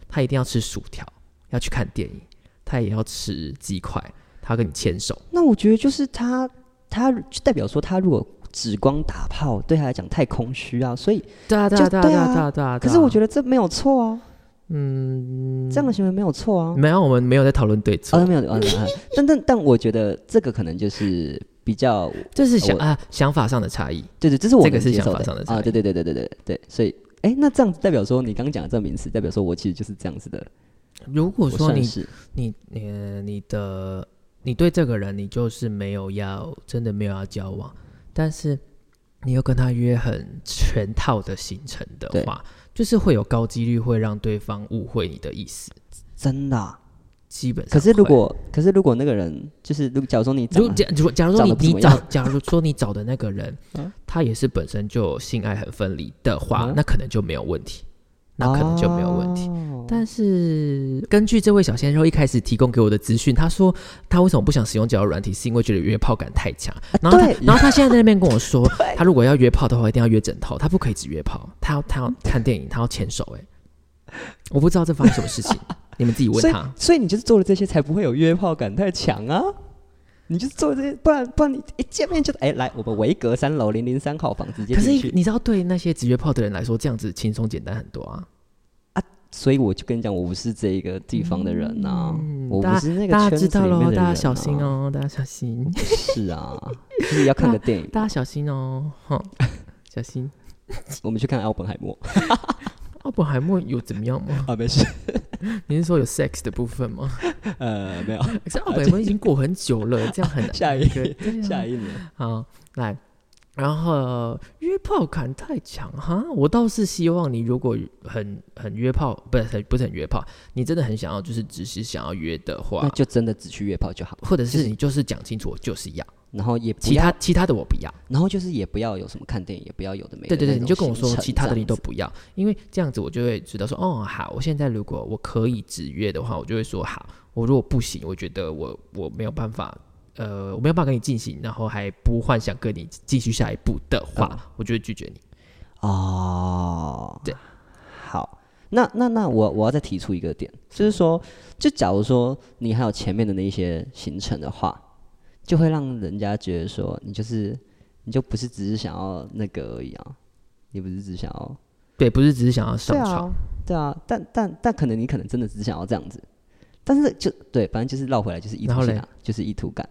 Speaker 2: 他一定要吃薯条，要去看电影，他也要吃鸡块，他要跟你牵手。
Speaker 1: 那我觉得就是他，他就代表说他如果只光打炮，对他来讲太空虚啊，所以
Speaker 2: 对啊，对啊，
Speaker 1: 就
Speaker 2: 对啊，
Speaker 1: 对
Speaker 2: 对
Speaker 1: 啊
Speaker 2: 啊，对啊，对啊。
Speaker 1: 可是我觉
Speaker 2: 得，
Speaker 1: 得这没有错啊，
Speaker 2: 嗯，
Speaker 1: 这样的行为没有错啊。
Speaker 2: 没有，我们没有在讨论对错
Speaker 1: 啊，，没有，啊，没有 啊但但但我觉得这个可能就是比较，
Speaker 2: 这是想
Speaker 1: 我
Speaker 2: 啊想法上的差异。
Speaker 1: 对对，这是我
Speaker 2: 这个
Speaker 1: 能
Speaker 2: 是
Speaker 1: 接
Speaker 2: 想
Speaker 1: 受
Speaker 2: 法上的
Speaker 1: 啊，
Speaker 2: 差
Speaker 1: 对对对对对对对，所以哎，那这样子代表说你刚刚讲的这个名词，代表说我其实就是这样子的，
Speaker 2: 如果
Speaker 1: 我
Speaker 2: 说
Speaker 1: 算
Speaker 2: 你
Speaker 1: 是
Speaker 2: 你你你的你对这个人，你就是没有要真的没有要交往，但是你又跟他约很全套的行程
Speaker 1: 对
Speaker 2: 的话，就是会有高几率会让对方误会你的意思，
Speaker 1: 真的啊。
Speaker 2: 基本上
Speaker 1: 可
Speaker 2: 会。
Speaker 1: 是如果可是如果那个人就是，如假如说你长
Speaker 2: 如
Speaker 1: 得
Speaker 2: 假如假如说
Speaker 1: 长
Speaker 2: 你
Speaker 1: 得不怎
Speaker 2: 你
Speaker 1: 么
Speaker 2: 找
Speaker 1: 样
Speaker 2: 假如说你找的那个人，
Speaker 1: 嗯
Speaker 2: 他也是本身就性爱很分离的话，
Speaker 1: 嗯
Speaker 2: 那可能就没有问题，那可能就没有问题。
Speaker 1: 哦
Speaker 2: 但是根据这位小鲜肉一开始提供给我的资讯，他说他为什么不想使用交友软体，是因为觉得约炮感太强。然后他
Speaker 1: 啊对，
Speaker 2: 然后他现在在那边跟我 说，他如果要约炮的话，一定要约整套，他不可以只约炮，他要他要看电影，他要牵手、哎，我不知道这发生什么事情，你们自己问他。
Speaker 1: 所以你就是做了这些，才不会有约炮感太强啊。你就是做了这些，不然不然你一见面就哎、来，我们维格三楼零零三号房直接
Speaker 2: 可是
Speaker 1: 进去。
Speaker 2: 你知道，对那些只约炮的人来说，这样子轻松简单很多啊。
Speaker 1: 所以我就跟你讲，我不是这一个地方的人呐、
Speaker 2: 嗯
Speaker 1: 我不是那个
Speaker 2: 大
Speaker 1: 圈
Speaker 2: 家
Speaker 1: 子
Speaker 2: 知道
Speaker 1: 里面
Speaker 2: 喽，
Speaker 1: 的
Speaker 2: 大
Speaker 1: 人、啊
Speaker 2: 家小心。哦，大家小心，
Speaker 1: 是啊，就是要看个电影，
Speaker 2: 大家小心哦，哼，小心。
Speaker 1: 我们去看《奥本海默》
Speaker 2: 奥本海默有怎么 样吗？
Speaker 1: 啊，没事，
Speaker 2: 你是说有 sex 的部分吗？
Speaker 1: 呃，没有，
Speaker 2: 可是奥本海默已经过很久了，这样很 难。
Speaker 1: 下一
Speaker 2: 对啊
Speaker 1: 下一年
Speaker 2: 好来，然后约炮感太强哈，我倒是希望你如果很很约炮，不是很不是很约炮，你真的很想要，就是只是想要约的
Speaker 1: 那
Speaker 2: 话，
Speaker 1: 就真的只去约炮就好，
Speaker 2: 或者
Speaker 1: 就是
Speaker 2: 是你就是讲清楚，我就是要，
Speaker 1: 然后也不
Speaker 2: 其
Speaker 1: 要，
Speaker 2: 他其他的我不要。
Speaker 1: 然后就是也不要有什么看电影，也不要有的没的
Speaker 2: 对对对，
Speaker 1: 那种
Speaker 2: 你就跟我说
Speaker 1: 行程
Speaker 2: 其他的
Speaker 1: 这
Speaker 2: 你
Speaker 1: 样
Speaker 2: 都
Speaker 1: 子
Speaker 2: 不要，因为这样子我就会知道说，哦，好，我现在如果我可以只约的话，我就会说好；我如果不行，我觉得我我没有办法，呃，我没有办法跟你进行，然后还不幻想跟你继续下一步的话，
Speaker 1: 嗯
Speaker 2: 我就会拒绝你。
Speaker 1: 哦，
Speaker 2: 对，
Speaker 1: 好，那那那我我要再提出一个点，就是说，就假如说你还有前面的那一些行程的话，就会让人家觉得说你就是你就不是只是想要那个而已啊，你不是只想要
Speaker 2: 对，不是只是想要上
Speaker 1: 对
Speaker 2: 床，
Speaker 1: 啊，对啊，但但但可能你可能真的只想要这样子，但是就对，反正就是绕回来就是意
Speaker 2: 然
Speaker 1: 图
Speaker 2: 后
Speaker 1: 性
Speaker 2: 嘞
Speaker 1: 啊，就是意图感。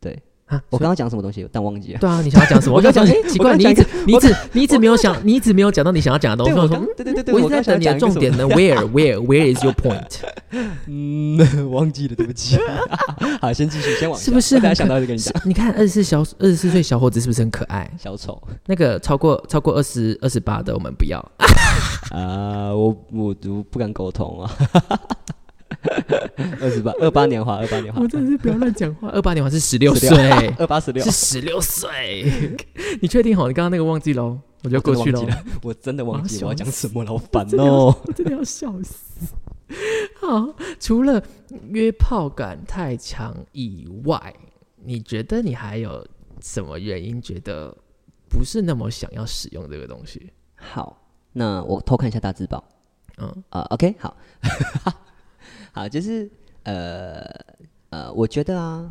Speaker 1: 对
Speaker 2: 啊
Speaker 1: 我刚刚讲什么东西，但忘记了。
Speaker 2: 对啊，你想要 讲什么？
Speaker 1: 我刚
Speaker 2: 就想
Speaker 1: 讲
Speaker 2: 哎奇
Speaker 1: 我
Speaker 2: 怪，
Speaker 1: 刚
Speaker 2: 你
Speaker 1: 讲
Speaker 2: 一直
Speaker 1: 一
Speaker 2: 你一直你一直没有想，你一直没有讲到你想要讲的
Speaker 1: 对，
Speaker 2: 东西。
Speaker 1: 我
Speaker 2: 我说
Speaker 1: 刚
Speaker 2: 嗯
Speaker 1: 对对对对，
Speaker 2: 我一直
Speaker 1: 刚
Speaker 2: 在
Speaker 1: 想
Speaker 2: 等你
Speaker 1: 讲
Speaker 2: 的
Speaker 1: 一个
Speaker 2: 重
Speaker 1: 什么
Speaker 2: 点呢，Where Where Where is your point？
Speaker 1: 嗯，忘记了，对不起。 好，先继续，先往下
Speaker 2: 是不是
Speaker 1: 我等下
Speaker 2: 很
Speaker 1: 想
Speaker 2: 可
Speaker 1: 到 就跟你
Speaker 2: 是
Speaker 1: 讲。
Speaker 2: 你看二十四小二十四岁小伙子是不是很可爱？
Speaker 1: 小丑
Speaker 2: 那个超过超过二十二十八的，我们不要。
Speaker 1: 啊，我我我不敢沟通啊。二十八，二八年华，二八年华，
Speaker 2: 真的是不要乱讲 话。二八年我是十六岁，
Speaker 1: 16 二八十六
Speaker 2: 是，十六岁。 你确定好？你刚刚那个忘记喽，我就过去喽
Speaker 1: 我真的忘记。了，我真的忘记
Speaker 2: 啊
Speaker 1: 我要讲什么了，好烦
Speaker 2: 真的
Speaker 1: 哦。
Speaker 2: 我真的要笑死。 好，除了约炮感太强以外，你觉得你还有什么原因觉得不是那么想要使用这个东西？
Speaker 1: 好，那我偷看一下大字报。
Speaker 2: 嗯，
Speaker 1: 啊、o k 好， 好，就是呃呃，我觉得啊，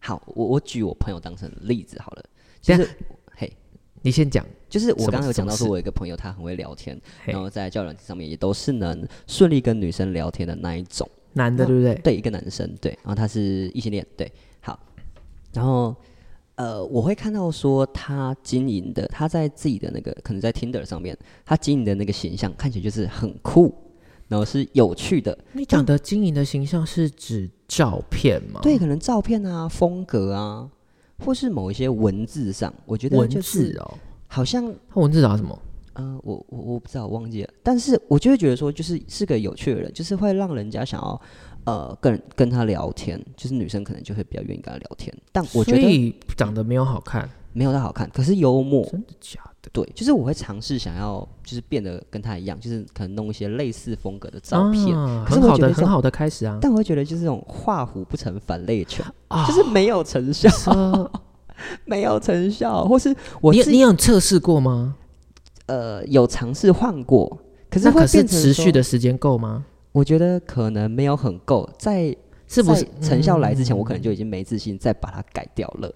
Speaker 1: 好，我我举我朋友当成例子好了，就
Speaker 2: 等一
Speaker 1: 是嘿，
Speaker 2: 你先讲。
Speaker 1: 就是我
Speaker 2: 什么
Speaker 1: 刚刚有讲到
Speaker 2: 什
Speaker 1: 说，
Speaker 2: 么事
Speaker 1: 我有一个朋友他很会聊天，
Speaker 2: 嘿
Speaker 1: 然后在交友软件上面也都是能顺利跟女生聊天的那一种。
Speaker 2: 男的对不对？
Speaker 1: 对，一个男生，对，然后他是异性恋，对，好，然后呃，我会看到说他经营的，他在自己的那个可能在 Tinder 上面，他经营的那个形象看起来就是很酷，然后是有趣的，
Speaker 2: 你讲的经营的形象是指照片吗？
Speaker 1: 对，可能照片啊、风格啊，或是某一些文字上，我觉得
Speaker 2: 文
Speaker 1: 就是
Speaker 2: 字哦，
Speaker 1: 好像
Speaker 2: 它文字打什么？
Speaker 1: 嗯、我我我不知道，我忘记了。但是我就会觉得说，就是是个有趣的人，就是会让人家想要呃跟跟他聊天，就是女生可能就会比较愿意跟他聊天。但我觉
Speaker 2: 所
Speaker 1: 得
Speaker 2: 以长得没有好看，
Speaker 1: 没有他好看，可是幽默。
Speaker 2: 真的假的？
Speaker 1: 对，就是我会尝试想要，就是变得跟他一样，就是可能弄一些类似风格的照片，
Speaker 2: 啊、
Speaker 1: 可是
Speaker 2: 很
Speaker 1: 我
Speaker 2: 好
Speaker 1: 觉得
Speaker 2: 的，
Speaker 1: 这种
Speaker 2: 很好的开始啊。
Speaker 1: 但我会觉得就是这种画虎不成反类犬，
Speaker 2: 啊
Speaker 1: 就是没有成 效，
Speaker 2: 说
Speaker 1: 没有成效，或是啊我
Speaker 2: 啊你
Speaker 1: 自
Speaker 2: 你
Speaker 1: 己
Speaker 2: 有测试过吗？
Speaker 1: 呃有尝试换过，可是
Speaker 2: 那
Speaker 1: 会
Speaker 2: 可是
Speaker 1: 变成
Speaker 2: 持续
Speaker 1: 说，
Speaker 2: 的时间够吗？
Speaker 1: 我觉得可能没有很够，在
Speaker 2: 是不是嗯
Speaker 1: 在成效来之前，我可能就已经没自信再把它改掉了。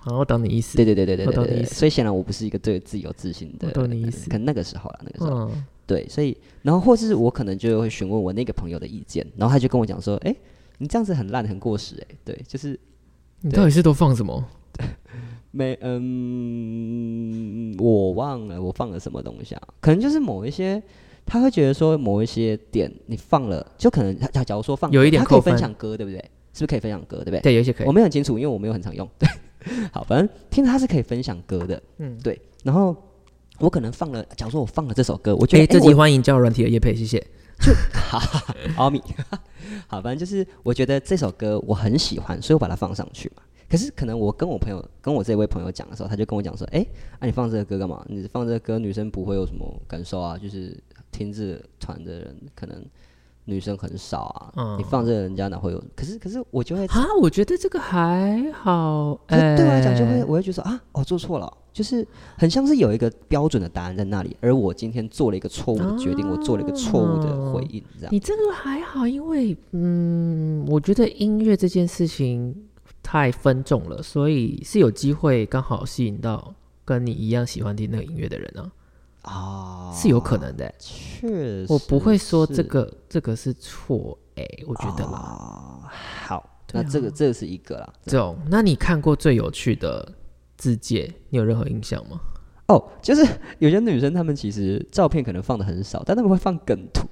Speaker 2: 好，我懂你意思。
Speaker 1: 对对对对对
Speaker 2: 我
Speaker 1: 对
Speaker 2: 懂
Speaker 1: 对
Speaker 2: 你意
Speaker 1: 对
Speaker 2: 思
Speaker 1: 所以显然我不是一个对自己有自信的，
Speaker 2: 我懂你意思
Speaker 1: 可能那个时候啦，那个时候。
Speaker 2: 嗯，
Speaker 1: 对，所以然后或是我可能就会询问我那个朋友的意见，然后他就跟我讲说，哎、你这样子很烂，很过时、哎，对，就是
Speaker 2: 你到底是都放什么？
Speaker 1: 没，嗯，我忘了我放了什么东西啊，可能就是某一些。他会觉得说某一些点你放了，就可能他他假如说放
Speaker 2: 有一
Speaker 1: 歌
Speaker 2: 点
Speaker 1: 他可以
Speaker 2: 扣分
Speaker 1: 分享歌，对不对？是不是可以分享歌，对不对？
Speaker 2: 对，有一些可以
Speaker 1: 我。没有很清楚，因为我没有很常用。对，好，反正听他是可以分享歌的，
Speaker 2: 嗯
Speaker 1: 嗯，对。然后我可能放了，假如说我放了这首歌，我觉得
Speaker 2: 哎，这
Speaker 1: 诶
Speaker 2: 集欢迎交友软体的叶佩，谢谢。
Speaker 1: 奥米， 好，反正就是我觉得这首歌我很喜欢，所以我把它放上去嘛。可是可能我跟我朋友跟我这位朋友讲的时候，他就跟我讲说：“哎、啊你放这个歌干嘛？你放这个歌，女生不会有什么感受啊，就是听这个团的人可能女生很少啊，
Speaker 2: 嗯
Speaker 1: 你放这个人家哪会有？可是可是我就会，
Speaker 2: 啊，我觉得这个还好。
Speaker 1: 可是对我来讲就
Speaker 2: 哎
Speaker 1: 会，我会觉得说啊，我做错了哦，就是很像是有一个标准的答案在那里，而我今天做了一个错误的决定，我做了一个错误的回应，这样。
Speaker 2: 哦你这个还好，因为嗯，我觉得音乐这件事情太分众了，所以是有机会刚好吸引到跟你一样喜欢听那个音乐的人啊，
Speaker 1: 啊，
Speaker 2: 是有可能的欸、
Speaker 1: 确实，
Speaker 2: 我不会说这
Speaker 1: 是
Speaker 2: 个这个是错，哎、我觉得啦，
Speaker 1: 啊、好，
Speaker 2: 对
Speaker 1: 那
Speaker 2: 啊
Speaker 1: 这个这是一个啦。
Speaker 2: 这种，那你看过最有趣的字界，你有任何印象吗？
Speaker 1: 哦，就是有些女生她们其实照片可能放的很少，但她们会放梗图，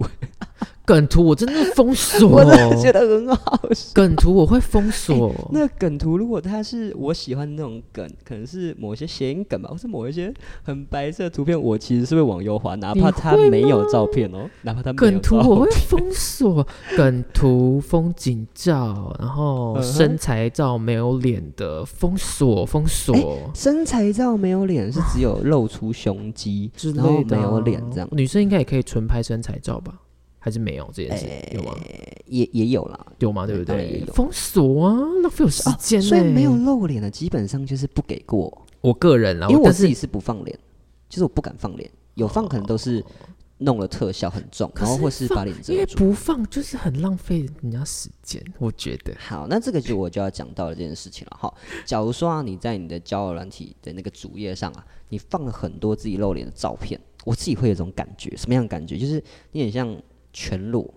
Speaker 2: 梗图我 真的封锁
Speaker 1: 我，真的觉得很好笑。
Speaker 2: 梗图我会封锁，
Speaker 1: 那梗图如果它是我喜欢的那种梗，可能是某些谐音梗吧，或是某一些很白色的图片，我其实是会往右滑，哪
Speaker 2: 你
Speaker 1: 怕它
Speaker 2: 会
Speaker 1: 没有照片 哦，哪怕它没有
Speaker 2: 梗图
Speaker 1: 照
Speaker 2: 我会
Speaker 1: 片
Speaker 2: 封 锁，梗图、风景照，
Speaker 1: 嗯
Speaker 2: 然后
Speaker 1: 哼
Speaker 2: 身材照没有脸的封锁、封锁
Speaker 1: 身材照没有脸，是只有露出胸肌
Speaker 2: 之，
Speaker 1: 然后
Speaker 2: 类的、啊
Speaker 1: 没有脸这样，，
Speaker 2: 女生应该也可以纯拍身材照吧？还是没有这件事？有吗？
Speaker 1: 也也有啦，
Speaker 2: 有吗？对不
Speaker 1: 当然也
Speaker 2: 对？
Speaker 1: 有哦
Speaker 2: 封锁啊，浪费我时间、欸
Speaker 1: 所以没有，露脸的基本上就是不给过。
Speaker 2: 我个人啊，
Speaker 1: 因为我
Speaker 2: 但
Speaker 1: 自
Speaker 2: 是
Speaker 1: 己是不放脸，就是我不敢放脸，有放可能都是弄了特效很重，
Speaker 2: 可
Speaker 1: 然后
Speaker 2: 是
Speaker 1: 或是
Speaker 2: 放
Speaker 1: 把脸
Speaker 2: 因
Speaker 1: 遮
Speaker 2: 为
Speaker 1: 住。
Speaker 2: 不放就是很浪费人家时间，我觉得。
Speaker 1: 好，那这个就我就要讲到的这件事情了哈。假如说啊，你在你的交友软体的那个主页上啊，你放了很多自己露脸的照片，我自己会有一种感觉，什么样的感觉？就是你很像全裸，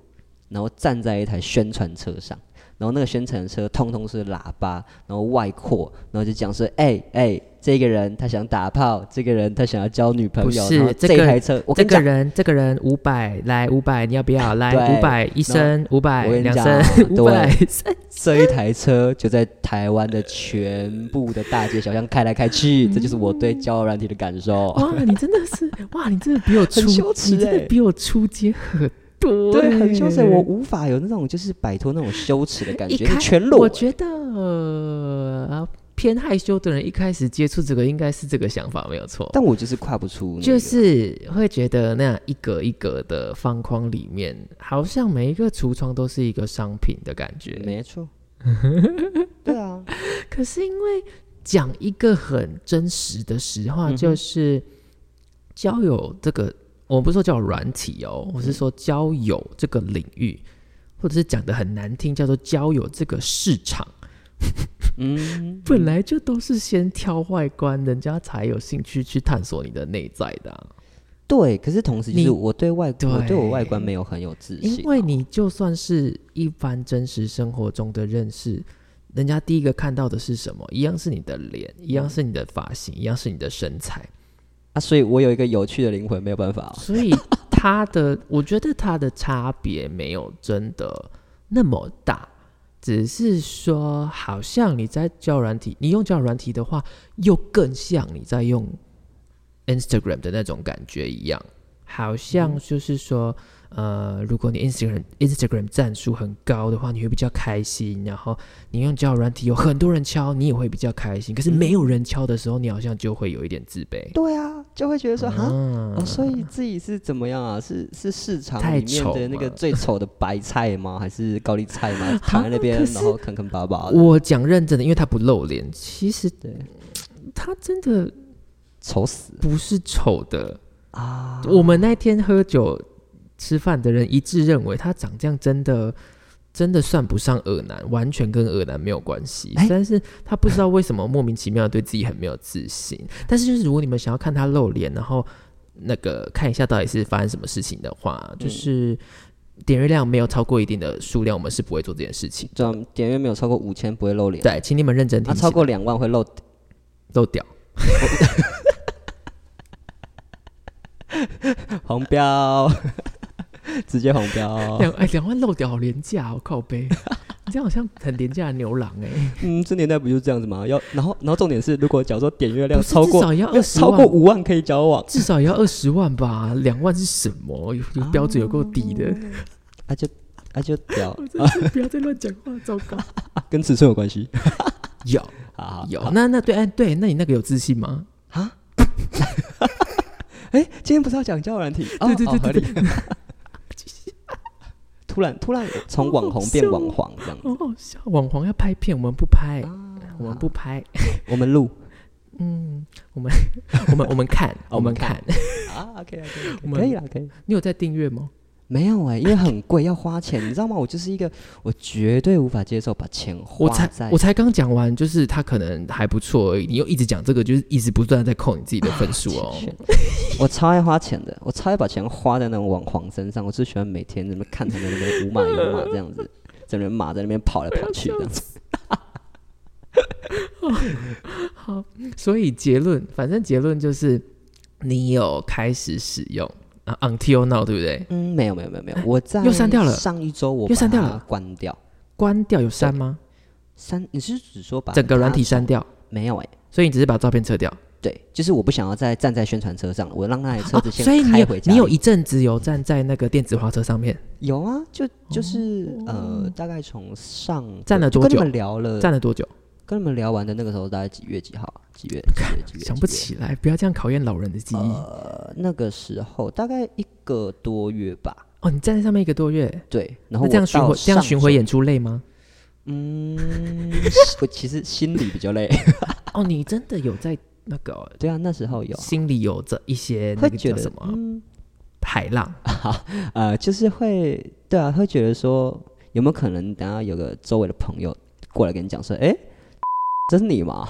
Speaker 1: 然后站在一台宣传车上，然后那个宣传车通通是喇叭，然后外扩，然后就讲说，哎、哎、这个人他想打炮，这个人他想要交女朋
Speaker 2: 不
Speaker 1: 友，
Speaker 2: 是
Speaker 1: 然后
Speaker 2: 这
Speaker 1: 这一
Speaker 2: 个
Speaker 1: 台车，我
Speaker 2: 这
Speaker 1: 跟你讲
Speaker 2: 个人，这个人五百，来五百，你要不要？来
Speaker 1: 对
Speaker 2: 五百，一升五百
Speaker 1: 我，跟你
Speaker 2: 两
Speaker 1: 讲啊
Speaker 2: 升 五百，
Speaker 1: 对
Speaker 2: 三
Speaker 1: 这一台车就在台湾的全部的大街小巷开来开去，这就是我对交友软体的感受。
Speaker 2: 哇，你真的 是哇，你真的比我出，
Speaker 1: 很羞耻
Speaker 2: 你真的
Speaker 1: 欸
Speaker 2: 比我出街很多、
Speaker 1: 对，很羞耻，我
Speaker 2: 欸
Speaker 1: 无法有那种就是摆脱那种羞耻的感
Speaker 2: 一
Speaker 1: 觉。
Speaker 2: 开
Speaker 1: 你全裸
Speaker 2: 我，觉得、呃、偏害羞的人一开始接触这个，应该是这个想法没有错，
Speaker 1: 但我就是跨不出那个。
Speaker 2: 就是会觉得那样一格一格的方框里面，好像每一个橱窗都是一个商品的感觉。
Speaker 1: 没 错。对啊，
Speaker 2: 可是因为讲一个很真实的实
Speaker 1: 嗯
Speaker 2: 话，
Speaker 1: 哼
Speaker 2: 就是交友这个，我不是说交友软体
Speaker 1: 嗯
Speaker 2: 哦，我是说交友这个领域，或者是讲的很难听，叫做交友这个市场，
Speaker 1: 嗯，
Speaker 2: 本来就都是先挑外观，人家才有兴趣去探索你的内在的啊、
Speaker 1: 对。可是同时，就是
Speaker 2: 你
Speaker 1: 我对外，我对我外
Speaker 2: 对
Speaker 1: 观没有很有自信啊。
Speaker 2: 因为你就算是一般真实生活中的认识，人家第一个看到的是什么？一样是你的脸，一样是你的发型，一样是你的身材。
Speaker 1: 啊，所以我有一个有趣的灵魂，没有办法哦。
Speaker 2: 所以它的，我觉得它的差别没有真的那么大，只是说好像你在教软体，你用教软体的话，又更像你在用 Instagram 的那种感觉一样，好像就是说，呃，如果你 Instagram Instagram 赞数很高的话，你会比较开心，然后你用交友软体有很多人敲，你也会比较开心。可是没有人敲的时候，你好像就会有一点自卑。
Speaker 1: 对啊，就会觉得说哈、
Speaker 2: 嗯
Speaker 1: 哦，所以自己是怎么样啊？是是市场
Speaker 2: 太
Speaker 1: 里面
Speaker 2: 丑
Speaker 1: 的那个
Speaker 2: 吗
Speaker 1: 最丑的白菜吗？还是高丽菜 吗？躺在那边
Speaker 2: 可是
Speaker 1: 然后坑坑巴巴的，
Speaker 2: 我讲认真的，因为他不露脸，其实
Speaker 1: 对，
Speaker 2: 他真的
Speaker 1: 丑死
Speaker 2: 不是丑的。
Speaker 1: 啊！
Speaker 2: 我们那天喝酒吃饭的人一致认为，他长这样真的真的算不上恶男，完全跟恶男没有关系。
Speaker 1: 哎
Speaker 2: 但是他不知道为什么莫名其妙地对自己很没有自信。但是就是如果你们想要看他露脸，然后那个看一下到底是发生什么事情的
Speaker 1: 嗯
Speaker 2: 话，就是。点阅量没有超过一定的数量，我们是不会做这件事情。
Speaker 1: 这样点阅没有超过五千不会露脸，
Speaker 2: 对，请你们认真
Speaker 1: 啊，
Speaker 2: 听起来。
Speaker 1: 超过两万会 露。
Speaker 2: 漏掉，
Speaker 1: 红标， 直接红标。
Speaker 2: 两哎两万漏掉好廉价哦，靠背，你这样好像很廉价的牛郎哎、
Speaker 1: 嗯，这年代不就是这样子吗？要，然后，然后重点是，如果假如说点阅量
Speaker 2: 不是
Speaker 1: 超
Speaker 2: 至
Speaker 1: 过，
Speaker 2: 少要
Speaker 1: 要
Speaker 2: 二十
Speaker 1: 超过五万可以交往，
Speaker 2: 至少也要二十万吧，两万是什么？有有标准有够低的，
Speaker 1: 啊就啊就屌，啊
Speaker 2: 不要再乱讲话，糟糕。
Speaker 1: 跟尺寸有关系。
Speaker 2: 有
Speaker 1: 啊，
Speaker 2: 有，那那对哎对，那你那个有自信吗？
Speaker 1: 哎，今天不是要讲交友软体？哦
Speaker 2: 对对
Speaker 1: 哦
Speaker 2: 对
Speaker 1: 合
Speaker 2: 对
Speaker 1: 理突然突然从网红变网黄这样子，
Speaker 2: 哦，好笑，网红要拍片，我们不拍，
Speaker 1: 啊
Speaker 2: 我们不拍，
Speaker 1: 我们录
Speaker 2: 嗯，我 们我们我们看，
Speaker 1: 哦
Speaker 2: 我
Speaker 1: 我
Speaker 2: 们
Speaker 1: 们看
Speaker 2: 看。
Speaker 1: 啊，OK
Speaker 2: 我
Speaker 1: OK，
Speaker 2: 们
Speaker 1: 可以啦，可以。
Speaker 2: 你有在订阅 吗？
Speaker 1: 没有哎、因为很贵，要花钱，你知道吗？我就是一个，我绝对无法接受把钱
Speaker 2: 我
Speaker 1: 花
Speaker 2: 才
Speaker 1: 在
Speaker 2: 我才刚讲完，就是他可能还不错而已，你又一直讲这个，就是一直不断地在扣你自己的分数 哦。
Speaker 1: 钱我超爱花钱的，我超爱把钱花在那种网黄身上。我只喜欢每天在那边看他们那边五马一马这样 子，在那边马在那边跑来跑去这样子。
Speaker 2: 好，所以结论，反正结论就是你有开始使用啊，until now，对不对？
Speaker 1: 嗯，没有没有没有没有，我在
Speaker 2: 又删掉了
Speaker 1: 上一周我
Speaker 2: 又删掉
Speaker 1: 把它
Speaker 2: 了
Speaker 1: 关掉。
Speaker 2: 关掉有删吗？
Speaker 1: 删？你是指说把
Speaker 2: 整个软体
Speaker 1: 它
Speaker 2: 删掉，
Speaker 1: 没有哎、
Speaker 2: 所以你只是把照片撤掉。
Speaker 1: 对，就是我不想要再站在宣传车上了，我让那台车
Speaker 2: 啊
Speaker 1: 子先
Speaker 2: 所以你
Speaker 1: 开
Speaker 2: 有
Speaker 1: 回家
Speaker 2: 你
Speaker 1: 里。
Speaker 2: 有一阵子有站在那个电子花车上面
Speaker 1: 有啊，就就是、呃，大概从上
Speaker 2: 哦站了
Speaker 1: 就
Speaker 2: 多
Speaker 1: 跟你
Speaker 2: 久
Speaker 1: 们聊了，
Speaker 2: 站了多久？
Speaker 1: 跟你们聊完的那个时候大概几月几号啊？几月？几月？几月？
Speaker 2: 想不
Speaker 1: 几月。
Speaker 2: 起来，不要这样考验老人的记忆。
Speaker 1: 呃，那个时候大概一个多月吧。
Speaker 2: 哦，你站在上面一个多月，
Speaker 1: 对，然后我
Speaker 2: 那这样巡
Speaker 1: 到
Speaker 2: 回这样
Speaker 1: 上
Speaker 2: 巡回
Speaker 1: 周，
Speaker 2: 演出累吗？
Speaker 1: 嗯， 我其实心里比较累。
Speaker 2: 哦，你真的有在那个哦
Speaker 1: 对啊，那时候有啊
Speaker 2: 心里有着一些那
Speaker 1: 会
Speaker 2: 个
Speaker 1: 觉
Speaker 2: 叫
Speaker 1: 得
Speaker 2: 什么啊
Speaker 1: 嗯，
Speaker 2: 海浪？
Speaker 1: 呃，就是会，对啊，会觉得说，有没有可能等下有个周围的朋友过来跟你讲说，哎、这是你吗？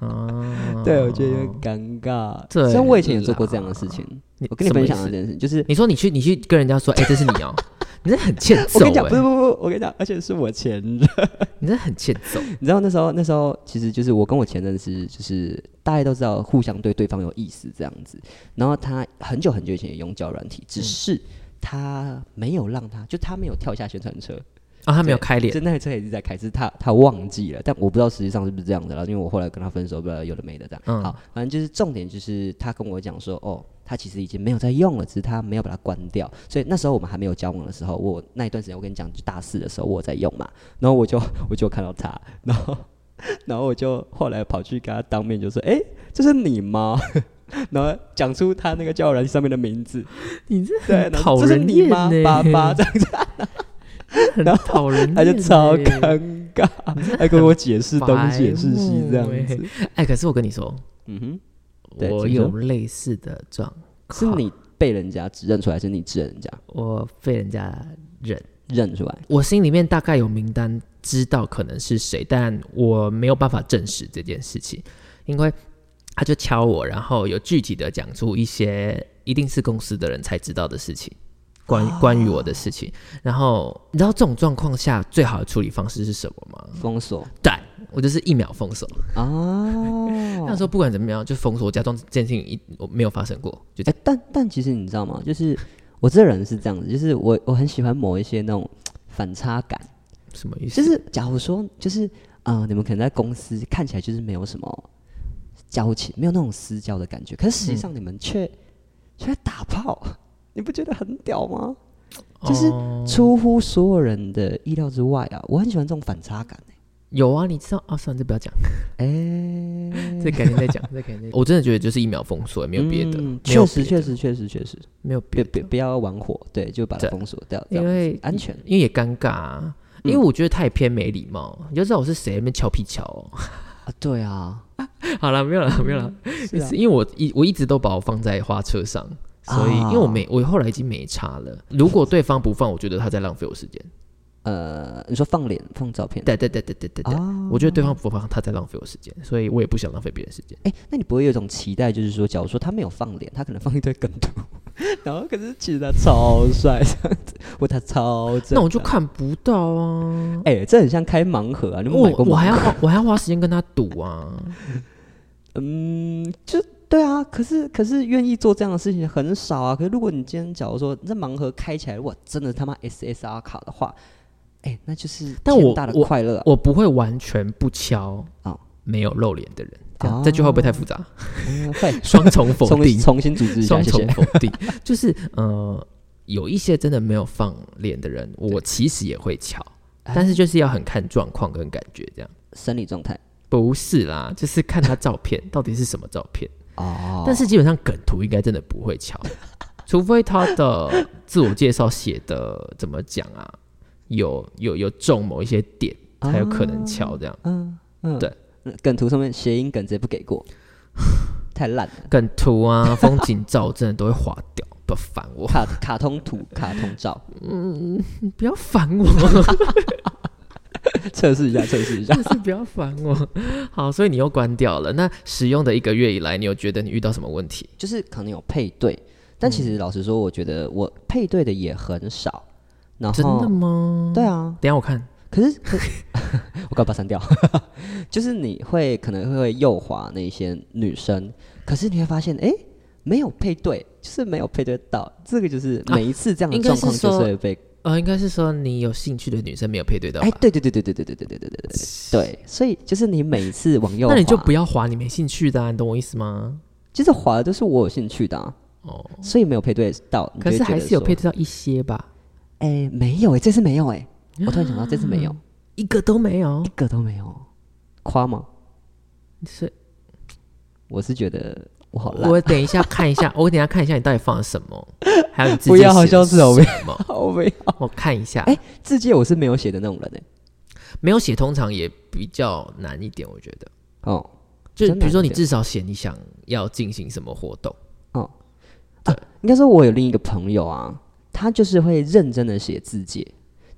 Speaker 2: 哦
Speaker 1: 对，我觉得有点尴尬。
Speaker 2: 对
Speaker 1: 虽然我以前也做过这样的事情，
Speaker 2: 你
Speaker 1: 我跟你分享
Speaker 2: 什
Speaker 1: 了
Speaker 2: 么
Speaker 1: 这
Speaker 2: 意思
Speaker 1: 件事，就是
Speaker 2: 你说你去你去跟人 家说，哎、这是你哦、你这很欠揍、
Speaker 1: 我
Speaker 2: 欸。
Speaker 1: 跟你讲，不是不是不是，我跟你讲，而且是我前任。
Speaker 2: 你这很欠揍。
Speaker 1: 你知道那时候，那时候其实就是我跟我前任是，就是大家都知道互相对对方有意思这样子。然后他很久很久以前也用交友软体，只
Speaker 2: 嗯
Speaker 1: 是他没有让他，就他没有跳下宣传车，
Speaker 2: 啊、他没有开脸
Speaker 1: 就，那台车也是在开，是他他忘记了，但我不知道实际上是不是这样的啦。因为我后来跟他分手，不知道有的没的这样。
Speaker 2: 嗯
Speaker 1: 好，反正就是重点就是他跟我讲说，哦，他其实已经没有在用了，只是他没有把它关掉。所以那时候我们还没有交往的时候，我那一段时间我跟你讲，就大四的时候我有在用嘛， 然后我就我就看到他，然后 然后我就后来跑去跟他当面就说，哎、这是你吗？ 然后讲出他那个交友软件上面的名字，
Speaker 2: 你这
Speaker 1: 对，
Speaker 2: 很
Speaker 1: 然
Speaker 2: 讨
Speaker 1: 后这是
Speaker 2: 人
Speaker 1: 你
Speaker 2: 厌欸
Speaker 1: 吗？
Speaker 2: 呢、
Speaker 1: 爸爸这样子，
Speaker 2: 很
Speaker 1: 然
Speaker 2: 讨人厌、哎
Speaker 1: 他就超
Speaker 2: 开。
Speaker 1: 尴 尬，还跟我解释东解释西这样
Speaker 2: 白目
Speaker 1: 子。
Speaker 2: 哎，可是我跟你说，
Speaker 1: 嗯哼，对
Speaker 2: 我
Speaker 1: 怎么
Speaker 2: 有
Speaker 1: 说
Speaker 2: 类似的状
Speaker 1: 是
Speaker 2: 况，
Speaker 1: 你被人家指认出来，还是你指认人家
Speaker 2: 我被人家忍。
Speaker 1: 认出来？
Speaker 2: 我心里面大概有名单，知道可能是谁，但我没有办法证实这件事情，因为他就敲我，然后有具体的讲出一些一定是公司的人才知道的事情，关关于我的事情。然后你知道这种状况下最好的处理方式是什么吗？
Speaker 1: 封锁
Speaker 2: 对我就是一秒封锁。
Speaker 1: 哦。
Speaker 2: 那时候不管怎么样就封锁，假装这件事情一我没有发生过，就这
Speaker 1: 哎
Speaker 2: 样。，
Speaker 1: 但但其实你知道吗？就是我这人是这样子，就是我我很喜欢某一些那种反差感，
Speaker 2: 什么意思？
Speaker 1: 就是假如说就是呃，你们可能在公司看起来就是没有什么交情，没有那种私交的感觉。可是实际上你们却、
Speaker 2: 嗯
Speaker 1: 却在打炮， 你不觉得很屌吗？就是
Speaker 2: 哦
Speaker 1: 出乎所有人的意料之外啊！我很喜欢这种反差感、欸。
Speaker 2: 有啊，你知道啊？算了，这不要讲，
Speaker 1: 哎、嗯
Speaker 2: 这改天再讲，这改天再讲。我真的觉得就是一秒封锁，没有别的
Speaker 1: 嗯，
Speaker 2: 没有
Speaker 1: 确实
Speaker 2: 别
Speaker 1: 确
Speaker 2: 的
Speaker 1: 实确实确实，
Speaker 2: 没有
Speaker 1: 别
Speaker 2: 别的
Speaker 1: 别，不要玩火，对，就把它
Speaker 2: 对
Speaker 1: 封锁掉，这
Speaker 2: 因
Speaker 1: 样子
Speaker 2: 为
Speaker 1: 安全。
Speaker 2: 因为也尴尬、啊，因为我觉得太偏没礼貌，你就知道我是谁，在那边俏皮巧哦。嗯
Speaker 1: 啊，对啊，
Speaker 2: 好了，没有了，没有了，
Speaker 1: 是啊
Speaker 2: 是，因为我一我一直都把我放在花车上，所以、
Speaker 1: 啊
Speaker 2: 因为我没我后来已经没差了。如果对方不放，我觉得他在浪费我时间。
Speaker 1: 呃，你说放脸放照片，
Speaker 2: 对对对对对对对，
Speaker 1: 啊，
Speaker 2: 我觉得对方不放，他在浪费我时间，所以我也不想浪费别人时间。
Speaker 1: 哎、那你不会有一种期待，就是说，假如说他没有放脸，他可能放一堆梗图，然后可是其实他超帅这样子，或他超正
Speaker 2: 那我就
Speaker 1: 这样
Speaker 2: 看不到啊。
Speaker 1: 哎、这很像开盲盒啊！你们
Speaker 2: 我
Speaker 1: 买过
Speaker 2: 我还
Speaker 1: 盲
Speaker 2: 要
Speaker 1: 盒？
Speaker 2: 花我还要花时间跟他赌啊，
Speaker 1: 嗯，就对啊。可是可是愿意做这样的事情很少啊。可是如果你今天假如说这盲盒开起来，哇，真的他妈 SSR 卡的话，哎、那就是
Speaker 2: 但
Speaker 1: 天
Speaker 2: 我
Speaker 1: 大的
Speaker 2: 我
Speaker 1: 快乐、啊。
Speaker 2: 我不会完全不敲
Speaker 1: 哦
Speaker 2: 没有露脸的人。这样
Speaker 1: 哦
Speaker 2: 这句话会不会太复杂？
Speaker 1: 嗯会
Speaker 2: 双重 否
Speaker 1: 重
Speaker 2: 定，
Speaker 1: 重新组织一下，
Speaker 2: 双
Speaker 1: 谢
Speaker 2: 重
Speaker 1: 谢。
Speaker 2: 否定，就是呃，有一些真的没有放脸的人，我其实也会敲，
Speaker 1: 哎
Speaker 2: 但是就是要很看状况跟感觉这样。
Speaker 1: 生理状态
Speaker 2: 不是啦，就是看他照片到底是什么照片，
Speaker 1: 哦，
Speaker 2: 但是基本上梗图应该真的不会 敲，除非他的自我介绍写的怎么讲啊，有有有中某一些点才有可能敲这样。
Speaker 1: 嗯嗯，
Speaker 2: 对
Speaker 1: 嗯，梗图上面谐音梗直接不给过， 太烂了。
Speaker 2: 梗图啊、风景照真的都会划掉，不要烦我，
Speaker 1: 卡卡通图、卡通照，
Speaker 2: 你不要烦我。
Speaker 1: 测试一下，测试一下。
Speaker 2: 但是不要烦我。 好，所以你又关掉了。那使用的一个月以来，你有觉得你遇到什么问题？
Speaker 1: 就是可能有配对，但其实老实说，我觉得我配对的也很少。然后
Speaker 2: 真的吗？
Speaker 1: 对啊，
Speaker 2: 等一下我看。
Speaker 1: 可是可我刚把它删掉，就是你会可能会右滑那些女生，可是你会发现，哎、没有配对，就是没有配对到，这个就是每一次这样的
Speaker 2: 应该是
Speaker 1: 状况就是
Speaker 2: 说
Speaker 1: 会被，
Speaker 2: 呃，应该是说你有兴趣的女生没有配对到吧？
Speaker 1: 哎、对对对对对对对对对对对对对，所以就是你每一次往右滑，
Speaker 2: 那你就不要划你没兴趣的、啊，你懂我意思吗？
Speaker 1: 其实滑的都是我有兴趣的、啊，
Speaker 2: 哦，
Speaker 1: 所以没有配对到，你
Speaker 2: 可
Speaker 1: 就会
Speaker 2: 是
Speaker 1: 觉得
Speaker 2: 还是有
Speaker 1: 说
Speaker 2: 配对到一些吧，
Speaker 1: 哎、没有哎、这次没有哎、我突然想到这次没
Speaker 2: 啊
Speaker 1: 有，
Speaker 2: 一个都没有
Speaker 1: 一。个都没有，夸吗？
Speaker 2: 所以
Speaker 1: 我是觉得我好烂，
Speaker 2: 我等一下看一 下，我等一下看一下你到底放了什么，还有你自己
Speaker 1: 不要好
Speaker 2: 写了
Speaker 1: 像是哦
Speaker 2: 什么，
Speaker 1: 我没有
Speaker 2: 我看一下。
Speaker 1: 哎字界我是没有写的那种人哎、
Speaker 2: 没有写通常也比较难一点，我觉得。
Speaker 1: 哦
Speaker 2: 就
Speaker 1: 真
Speaker 2: 比
Speaker 1: 的
Speaker 2: 如说
Speaker 1: 有
Speaker 2: 你
Speaker 1: 点
Speaker 2: 至少写你想要进行什么活动，
Speaker 1: 哦，啊，应该说我有另一个朋友啊，他就是会认真的写字界。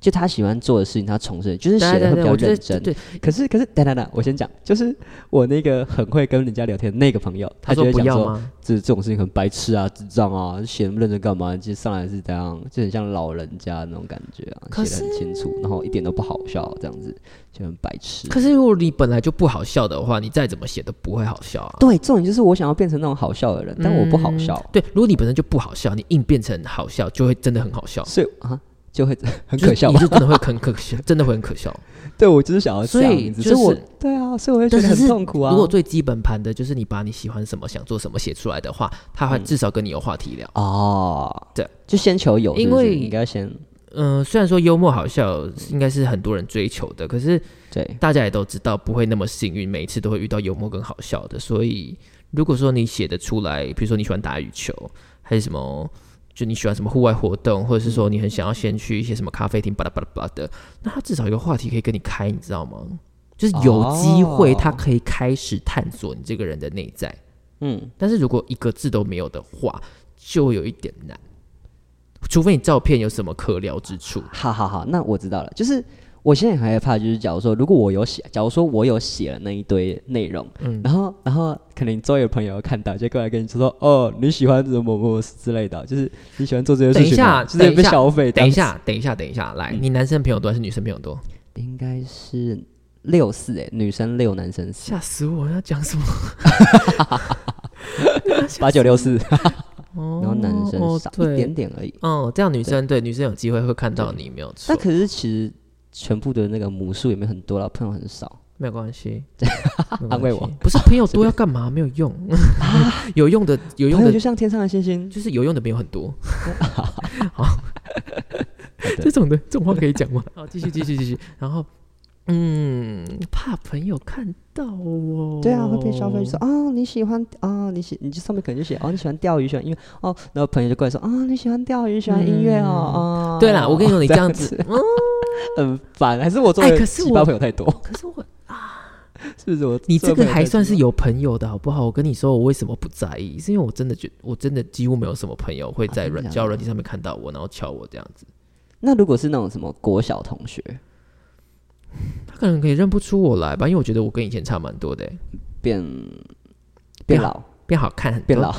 Speaker 1: 就他喜欢做的事情，他从事就是写的会比较
Speaker 2: 我觉
Speaker 1: 认
Speaker 2: 得
Speaker 1: 真。
Speaker 2: 对，
Speaker 1: 可是可是，等等等，我先讲，就是我那个很会跟人家聊天的那个朋友，
Speaker 2: 他
Speaker 1: 就
Speaker 2: 说
Speaker 1: 会
Speaker 2: 不
Speaker 1: 讲
Speaker 2: 要
Speaker 1: 说，
Speaker 2: 吗？
Speaker 1: 这这种事情很白痴啊，智障啊，写那么认真干嘛？就上来是这样，就很像老人家那种感觉啊，
Speaker 2: 可
Speaker 1: 写的很清楚，然后一点都不好笑，这样子就很白痴。
Speaker 2: 可是如果你本来就不好笑的话，你再怎么写都不会好笑啊。
Speaker 1: 对，重点就是我想要变成那种好笑的人，但我不好笑，
Speaker 2: 对，如果你本身就不好笑，你硬变成好笑，就会真的很好笑，
Speaker 1: 所以啊就会很
Speaker 2: 就是
Speaker 1: 可笑
Speaker 2: 你
Speaker 1: 吧
Speaker 2: 就？真的会很可笑， 真的会很可 笑。
Speaker 1: 对，我就是想要这
Speaker 2: 所以
Speaker 1: 样子，
Speaker 2: 就是
Speaker 1: 所以我对啊，所以我会觉得
Speaker 2: 但
Speaker 1: 很
Speaker 2: 是是
Speaker 1: 痛苦啊。
Speaker 2: 如果最基本盘的就是你把你喜欢什么、想做什么写出来的话，他
Speaker 1: 嗯
Speaker 2: 会至少跟你有话题聊。
Speaker 1: 哦，
Speaker 2: 对，
Speaker 1: 就先求有，
Speaker 2: 因
Speaker 1: 是不是
Speaker 2: 为
Speaker 1: 你应该先
Speaker 2: 嗯、虽然说幽默好笑应该是很多人追求的，可是
Speaker 1: 对
Speaker 2: 大家也都知道不会那么幸运，每一次都会遇到幽默跟好笑的。所以如果说你写得出来，比如说你喜欢打羽球，还是什么，就你喜欢什么户外活动，或者是说你很想要先去一些什么咖啡厅，巴拉巴拉巴拉的，那他至少有个话题可以跟你开，你知道吗？就是有机会，
Speaker 1: 哦
Speaker 2: 他可以开始探索你这个人的内在。
Speaker 1: 嗯
Speaker 2: 但是如果一个字都没有的话，就有一点难。除非你照片有什么可聊之处，
Speaker 1: 好好好，那我知道了。就是我现在很害怕，就是假如说，如果我有写，假如说我有写了那一堆内容，
Speaker 2: 嗯
Speaker 1: 然后然后可能周围的朋友看到，就过来跟你说说，哦，你喜欢什么某某之类的，就是你喜欢做这些事情吗，
Speaker 2: 等一下
Speaker 1: 就是被
Speaker 2: 等一下
Speaker 1: 消费。
Speaker 2: 等一，下，等一下，等一下，来，
Speaker 1: 嗯
Speaker 2: 你男生朋友多还是女生朋友多？
Speaker 1: 应该是六四哎，女生六，男生四，
Speaker 2: 吓死我！要讲 什么？
Speaker 1: 八九六四，
Speaker 2: 哦
Speaker 1: 然后男生少一点。
Speaker 2: 对
Speaker 1: 点而已。
Speaker 2: 哦，这样女生对女生有机会会看到你，没有错
Speaker 1: 但。可是其实全部的那个母数也没有很多了，朋友很少。
Speaker 2: 没有关系， 没有关系
Speaker 1: 安慰我
Speaker 2: 不是朋友多要干嘛？没有用， 有用的有用
Speaker 1: 朋友就
Speaker 2: 的
Speaker 1: 像天上的星星，
Speaker 2: 就是有用的没有 很多。好，这种的这种话可以讲 吗？好，继续继续继续。然后，嗯，怕朋友看到哦。
Speaker 1: 对啊，会被消费者说哦你喜欢哦你喜，你这上面可能就写哦你喜欢钓鱼，喜欢音乐哦，然后朋友就过来说啊、哦、你喜欢钓鱼，喜欢音乐哦
Speaker 2: 嗯
Speaker 1: 哦。
Speaker 2: 对啦，我跟你说，你这 样
Speaker 1: 子
Speaker 2: 子，嗯，
Speaker 1: 很烦，还是我作
Speaker 2: 哎
Speaker 1: 为
Speaker 2: 可是
Speaker 1: 奇葩
Speaker 2: 我
Speaker 1: 朋友太多，
Speaker 2: 可是我
Speaker 1: 是不是我？
Speaker 2: 你这个还算是有朋友的好不好？我跟你说，我为什么不在意？是因为我真的觉，我真的几乎没有什么朋友会在
Speaker 1: 啊真的
Speaker 2: 软
Speaker 1: 假的
Speaker 2: 交友软体上面看到我，然后敲我这样子。
Speaker 1: 那如果是那种什么国小同学，
Speaker 2: 他可能可以认不出我来吧，因为我觉得我跟以前差蛮多的欸，
Speaker 1: 变变
Speaker 2: 变
Speaker 1: 老，
Speaker 2: 变嗯好看很多，
Speaker 1: 变老，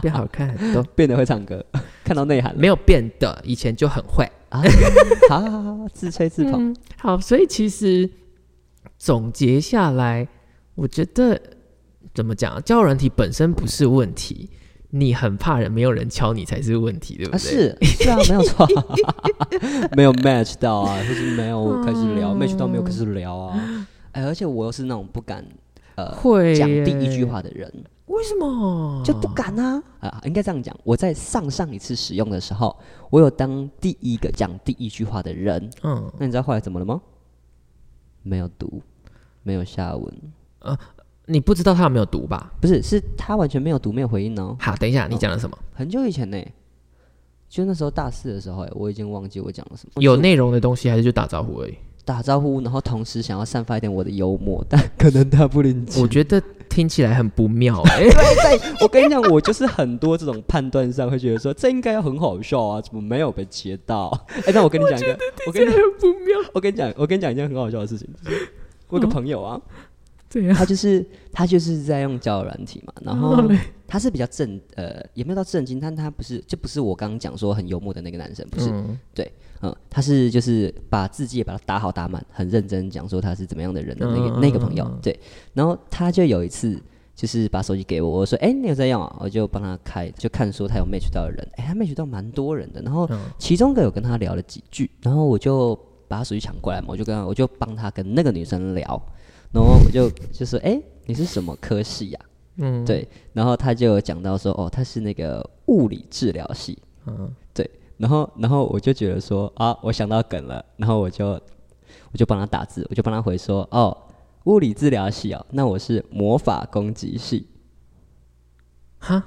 Speaker 2: 变好看很多，
Speaker 1: 变得会唱歌， 看到内涵了
Speaker 2: 没有变的，以前就很会。
Speaker 1: 啊？好好好好，自吹自捧，
Speaker 2: 嗯，好，所以其实总结下来，我觉得怎么讲，交友软体本身不是问题，你很怕人没有人敲你才是问题，对不
Speaker 1: 啊，
Speaker 2: 对？
Speaker 1: 是是啊，没有错， 没有 match 到啊，就是没有开始
Speaker 2: 嗯
Speaker 1: 聊、match 到没有开始聊啊。哎、而且我又是那种不敢呃
Speaker 2: 会
Speaker 1: 讲第一
Speaker 2: 耶
Speaker 1: 句话的人，
Speaker 2: 为什么
Speaker 1: 就不敢啊啊，应该这样讲。我在上上一次使用的时候，我有当第一个讲第一句话的人。
Speaker 2: 嗯
Speaker 1: 那你知道后来怎么了吗？没有读，没有下文，
Speaker 2: 你不知道他有没有读吧？
Speaker 1: 不是，是他完全没有读，没有回应哦。
Speaker 2: 好，等一下，你讲了什么？
Speaker 1: 很久以前呢、就那时候大四的时候、哎，我已经忘记我讲了什么。
Speaker 2: 有内容的东西还是就打招呼而已？
Speaker 1: 打招呼，然后同时想要散发一点我的幽默，但可能他不理解。
Speaker 2: 我觉得听起来很不 妙哎、
Speaker 1: 对对，我跟你讲，我就是很多这种判断上会觉得说这应该要很好笑啊，怎么没有被接到？哎、那我跟你讲一个，我跟你讲，
Speaker 2: 很不妙，
Speaker 1: 我跟你讲，我跟你讲一件很好笑的事情，就是我有个朋友啊，
Speaker 2: 这嗯样。哦
Speaker 1: 他就是他就是在用交友软体嘛，然后
Speaker 2: 嘞
Speaker 1: 他是比较正呃，也没有到震惊，但他不是，就不是我刚刚讲说很幽默的那个男生，不是，
Speaker 2: 嗯
Speaker 1: 嗯，他是就是把自己也把他打好打满，很认真讲说他是怎么样的人的那个、
Speaker 2: 嗯
Speaker 1: 那个朋友
Speaker 2: 嗯嗯，
Speaker 1: 对。然后他就有一次就是把手机给我，我说：“哎、你有在用啊？”我就帮他开，就看说他有 match 到的人，哎、他 match 到蛮多人的。然后
Speaker 2: 嗯
Speaker 1: 其中一个有跟他聊了几句，然后我就把他手机抢过来嘛，我就跟他我就帮他跟那个女生聊，然后我就就说：“哎、你是什么科系呀、
Speaker 2: 嗯，
Speaker 1: 对，然后他就有讲到说：“哦，他是那个物理治疗系。”
Speaker 2: 嗯，
Speaker 1: 然后，然后我就觉得说啊，我想到梗了，然后我就我就帮他打字，我就帮他回说哦，物理治疗系哦，那我是魔法攻击系，
Speaker 2: 哈，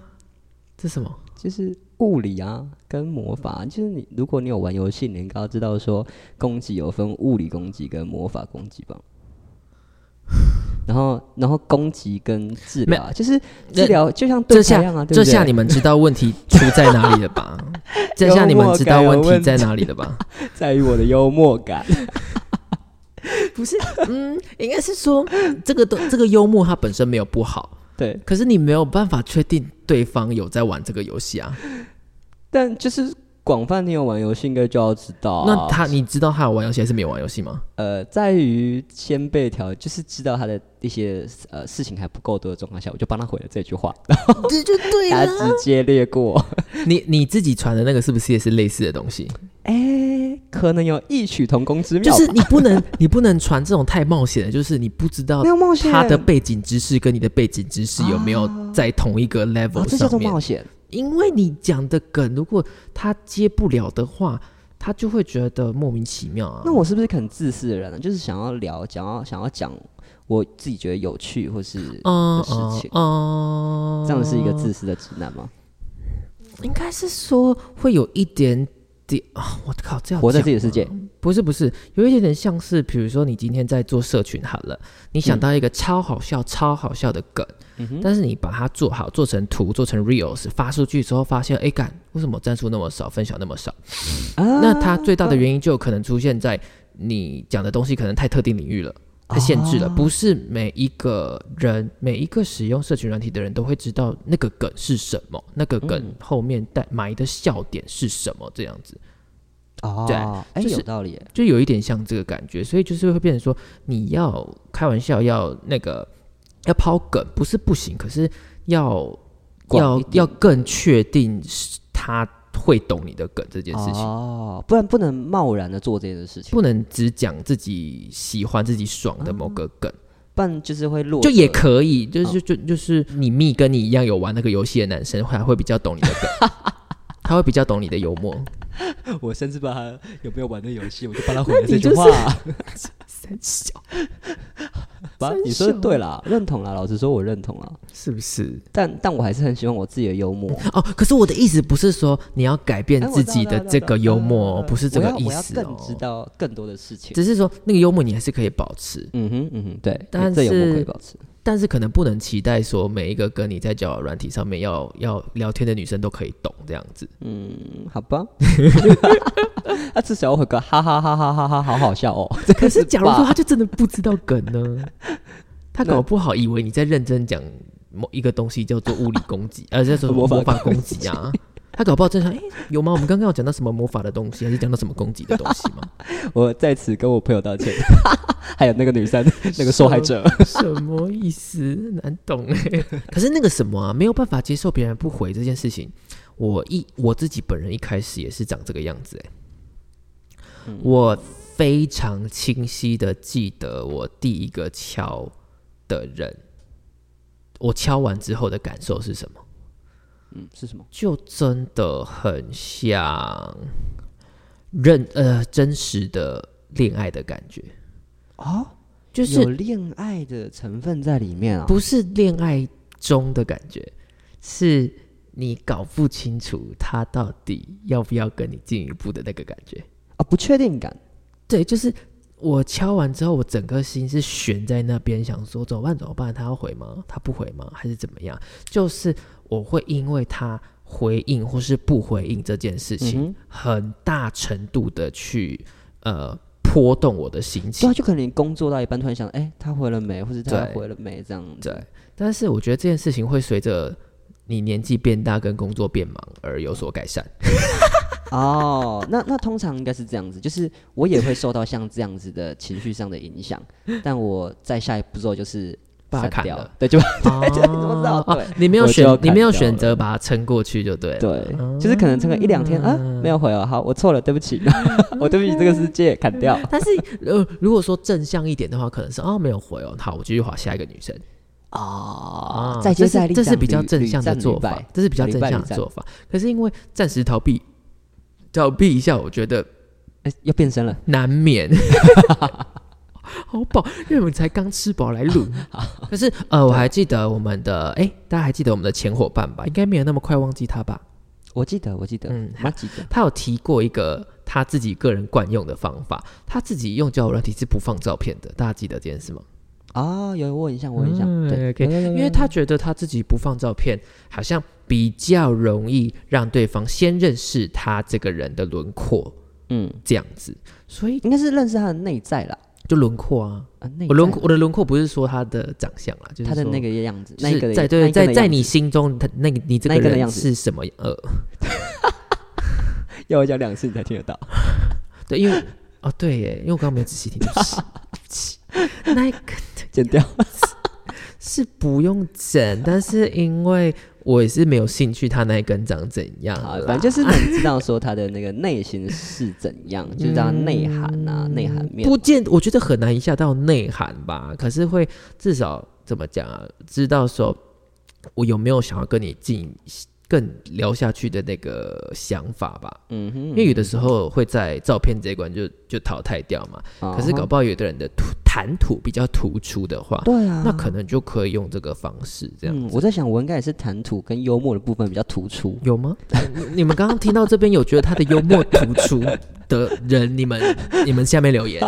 Speaker 2: 这什么？
Speaker 1: 就是物理啊跟魔法，就是你如果你有玩游戏，你应该要知道说攻击有分物理攻击跟魔法攻击吧。然后，然后攻击跟治疗啊，就是
Speaker 2: 这
Speaker 1: 治疗就像对牌
Speaker 2: 这下
Speaker 1: 一样啊，对不
Speaker 2: 这
Speaker 1: 对？
Speaker 2: 下你们知道问题出在哪里了 吧？这下你们知道问题在哪里了吧？
Speaker 1: 在于我的幽默 感，
Speaker 2: 不是，嗯，应该是说这个东这个幽默它本身没有不好，
Speaker 1: 对。
Speaker 2: 可是你没有办法确定对方有在玩这个游戏啊。
Speaker 1: 但就是广泛你有玩游戏，应该就要知道、啊
Speaker 2: 那他你知道他有玩游戏还是没有玩游戏吗？
Speaker 1: 呃，在于先辈条，就是知道他的一些呃事情还不够多的状况下，我就帮他回了这句话，
Speaker 2: 哦这就对
Speaker 1: 大家。直接略过。
Speaker 2: 你你自己传的那个是不是也是类似的东西？
Speaker 1: 哎、可能有异曲同工之妙
Speaker 2: 就
Speaker 1: 吧，
Speaker 2: 是你不 能你不能传这种太冒险的，就是你不知道
Speaker 1: 没有冒险，哦
Speaker 2: 他的背景知识跟你的背景知识有没有在同一个
Speaker 1: 啊
Speaker 2: level
Speaker 1: 这叫做
Speaker 2: 上面？嗯
Speaker 1: 冒险，
Speaker 2: 因为你讲的梗，如果他接不了的话，他就会觉得莫名其妙啊。
Speaker 1: 那我是不是很自私的人呢？就是想要聊，想要想要讲我自己觉得有趣或是
Speaker 2: 嗯
Speaker 1: 的事情，
Speaker 2: 嗯，
Speaker 1: 这样是一个自私的直男吗？
Speaker 2: 应该是说会有一点点啊，我靠，这样
Speaker 1: 活在自己的世界，
Speaker 2: 不是不是，有一点点像是，比如说你今天在做社群好了，你想到一个超好笑、超好笑的梗，
Speaker 1: 嗯哼，
Speaker 2: 但是你把它做好，做成图，做成 reels 发出去之后，发现哎，干为什么赞数那么少，分享那么少？
Speaker 1: 啊
Speaker 2: 那它最大的原因就有可能出现在你讲的东西可能太特定领域了，
Speaker 1: 哦
Speaker 2: 太限制了，不是每一个人、每一个使用社群软体的人都会知道那个梗是什么，那个梗
Speaker 1: 嗯
Speaker 2: 后面带埋的笑点是什么，这样子
Speaker 1: 哦，
Speaker 2: 对
Speaker 1: 哎、
Speaker 2: 就是
Speaker 1: 有道理耶，
Speaker 2: 就有一点像这个感觉，所以就是会变成说你要开玩笑，要那个要抛梗，不是不行，可是要
Speaker 1: 广一点
Speaker 2: 要要更确定是它会懂你的梗这件事情。
Speaker 1: 哦，不然不能贸然的做这件事情，
Speaker 2: 不能只讲自己喜欢、自己爽的某个梗，
Speaker 1: 不然就是会落
Speaker 2: 就也
Speaker 1: 色
Speaker 2: 可以，就是就就是你蜜跟你一样有玩那个游戏的男生，还会比较懂你的梗，他会比较懂你的幽默。
Speaker 1: 我甚至把他有没有玩的游戏，我就帮他回了
Speaker 2: 那
Speaker 1: 这
Speaker 2: 你
Speaker 1: 句
Speaker 2: 就是
Speaker 1: 话。
Speaker 2: 三小
Speaker 1: 把
Speaker 2: 三
Speaker 1: 你说的
Speaker 2: 小
Speaker 1: 对啦，认同啦，老实说我认同啦，
Speaker 2: 是不是？
Speaker 1: 但但我还是很喜欢我自己的幽默。
Speaker 2: 哦，可是我的意思不是说你要改变
Speaker 1: 哎我
Speaker 2: 自
Speaker 1: 知道
Speaker 2: 己
Speaker 1: 知
Speaker 2: 的
Speaker 1: 道知
Speaker 2: 这
Speaker 1: 道
Speaker 2: 个幽默哦，
Speaker 1: 嗯
Speaker 2: 不是这个
Speaker 1: 我要
Speaker 2: 意
Speaker 1: 我要
Speaker 2: 思
Speaker 1: 更知
Speaker 2: 哦，
Speaker 1: 道更多的事情。
Speaker 2: 只是说那个幽默你还是可以保持，
Speaker 1: 嗯哼嗯哼，对，
Speaker 2: 但
Speaker 1: 这幽默可以
Speaker 2: 是
Speaker 1: 保持。
Speaker 2: 但是可能不能期待说每一个跟你在交友软体上面要要聊天的女生都可以懂这样 子。
Speaker 1: 嗯，好 吧。他至少会个哈哈哈哈哈哈，好好笑 哦。
Speaker 2: 可是假如
Speaker 1: 吧
Speaker 2: 说他就真的不知道梗 呢，他
Speaker 1: 那
Speaker 2: 搞不好以为你在认真讲某一个东西叫做物理攻 击，呃，叫做
Speaker 1: 魔
Speaker 2: 魔
Speaker 1: 法
Speaker 2: 法攻击啊。他搞不好正常，哎、有吗？我们刚刚有讲到什么魔法的东西，还是讲到什么攻击的东西吗？
Speaker 1: 我在此跟我朋友道歉， 还有那个女 生，那个受害者。
Speaker 2: 什么意思？难懂哎。 可是那个什么啊，没有办法接受别人不回这件事情，我一我自己本人一开始也是长这个样子哎、我非常清晰的记得我第一个敲的人，我敲完之后的感受是什么？
Speaker 1: 嗯，是什么？
Speaker 2: 就真的很像认呃真实的恋爱的感觉
Speaker 1: 哦，
Speaker 2: 就是
Speaker 1: 有恋爱的成分在里面啊。
Speaker 2: 不是恋爱中的感觉，是你搞不清楚他到底要不要跟你进一步的那个感觉。
Speaker 1: 啊，不确定感。
Speaker 2: 对，就是我敲完之后，我整个心是悬在那边，想说怎么办？怎么办？他要回吗？他不回吗？还是怎么样？就是我会因为他回应或是不回应这件事情，
Speaker 1: 嗯哼，
Speaker 2: 很大程度的去呃波动我的心情
Speaker 1: 对啊，。就可能你工作到一半，突然想，哎、他回了没，或者他
Speaker 2: 对
Speaker 1: 回了没，这样子。
Speaker 2: 对，但是我觉得这件事情会随着你年纪变大跟工作变忙而有所改善。
Speaker 1: 哦，那那通常应该是这样子，就是我也会受到像这样子的情绪上的影响，但我在下一步骤就是
Speaker 2: 把它
Speaker 1: 删
Speaker 2: 砍
Speaker 1: 掉
Speaker 2: 了，
Speaker 1: 对，就
Speaker 2: 哦
Speaker 1: 对就我知道对
Speaker 2: 哦你没有
Speaker 1: 我就
Speaker 2: 选，你
Speaker 1: 砍
Speaker 2: 没有
Speaker 1: 掉
Speaker 2: 选
Speaker 1: 了
Speaker 2: 择把它撑过去就对了。
Speaker 1: 对，就是可能撑个一两天啊，没有回哦，好，我错了，对不起，
Speaker 2: 嗯
Speaker 1: 我对不起这个世界，砍掉。
Speaker 2: 但是呃，如果说正向一点的话，可能是哦没有回哦，好，我继续划下一个女生。
Speaker 1: 哦
Speaker 2: 啊，
Speaker 1: 再接
Speaker 2: 这是
Speaker 1: 再厉，
Speaker 2: 这是
Speaker 1: 样
Speaker 2: 比较
Speaker 1: 屡
Speaker 2: 正向的做，
Speaker 1: 屡
Speaker 2: 法
Speaker 1: 战屡败，
Speaker 2: 这是比较
Speaker 1: 屡
Speaker 2: 正
Speaker 1: 败
Speaker 2: 向
Speaker 1: 屡
Speaker 2: 的
Speaker 1: 战
Speaker 2: 做法。可是因为暂时逃避，逃避一下，我觉得
Speaker 1: 哎，要变身了，
Speaker 2: 难免。 好饱，因为我们才刚吃饱来 录。可是呃，我还记得我们的哎、大家还记得我们的前伙伴吧？应该没有那么快忘记他吧？
Speaker 1: 我记得，我记得，
Speaker 2: 嗯
Speaker 1: 蛮 记得，
Speaker 2: 他有提过一个他自己个人惯用的方法，他自己用交友软体是不放照片的，大家记得这件事吗？
Speaker 1: 啊，有我有印象，我有印象，
Speaker 2: 嗯
Speaker 1: 对，
Speaker 2: ，OK
Speaker 1: 有有有有
Speaker 2: 因为他觉得他自己不放照片，好像比较容易让对方先认识他这个人的轮廓
Speaker 1: 嗯，
Speaker 2: 这样子，所以
Speaker 1: 应该是认识他的内在啦，
Speaker 2: 就轮廓啊，
Speaker 1: 啊，内
Speaker 2: 我轮
Speaker 1: 在
Speaker 2: 廓我的轮廓不是说他的长相啦，就是
Speaker 1: 他的那
Speaker 2: 个。
Speaker 1: 个样子，
Speaker 2: 就
Speaker 1: 那一个
Speaker 2: 是
Speaker 1: 的
Speaker 2: 在
Speaker 1: 那
Speaker 2: 对
Speaker 1: 一个的
Speaker 2: 在在
Speaker 1: 样
Speaker 2: 你
Speaker 1: 子
Speaker 2: 心中，他那个你这
Speaker 1: 那一个的样
Speaker 2: 人
Speaker 1: 子
Speaker 2: 是什么样呃？
Speaker 1: 要我讲两次你才听得到。
Speaker 2: 对，因为哦对耶，因为我刚刚没有仔细听，对不 起对不起，那一个
Speaker 1: 剪 掉。
Speaker 2: 是不用整，但是因为我也是没有兴趣他那一根长怎样
Speaker 1: 好
Speaker 2: 啦，，
Speaker 1: 反正就是能知道说他的那个内心是怎样，就是他内涵啊、内涵面。
Speaker 2: 嗯不见，我觉得很难一下到内涵吧，可是会至少怎么讲啊，知道说我有没有想要跟你进更聊下去的那个想法吧。
Speaker 1: 嗯哼，
Speaker 2: 因为有的时候会在照片这一关就就淘汰掉嘛，
Speaker 1: 哦
Speaker 2: 可是搞不好有的人的图谈吐比较突出的话，
Speaker 1: 对啊，
Speaker 2: 那可能就可以用这个方式这样
Speaker 1: 嗯，
Speaker 2: 子。
Speaker 1: 我在想，我应该也是谈吐跟幽默的部分比较突出。
Speaker 2: 有吗？你你们刚刚听到这边有觉得他的幽默突出的人，你们你们下面留 言，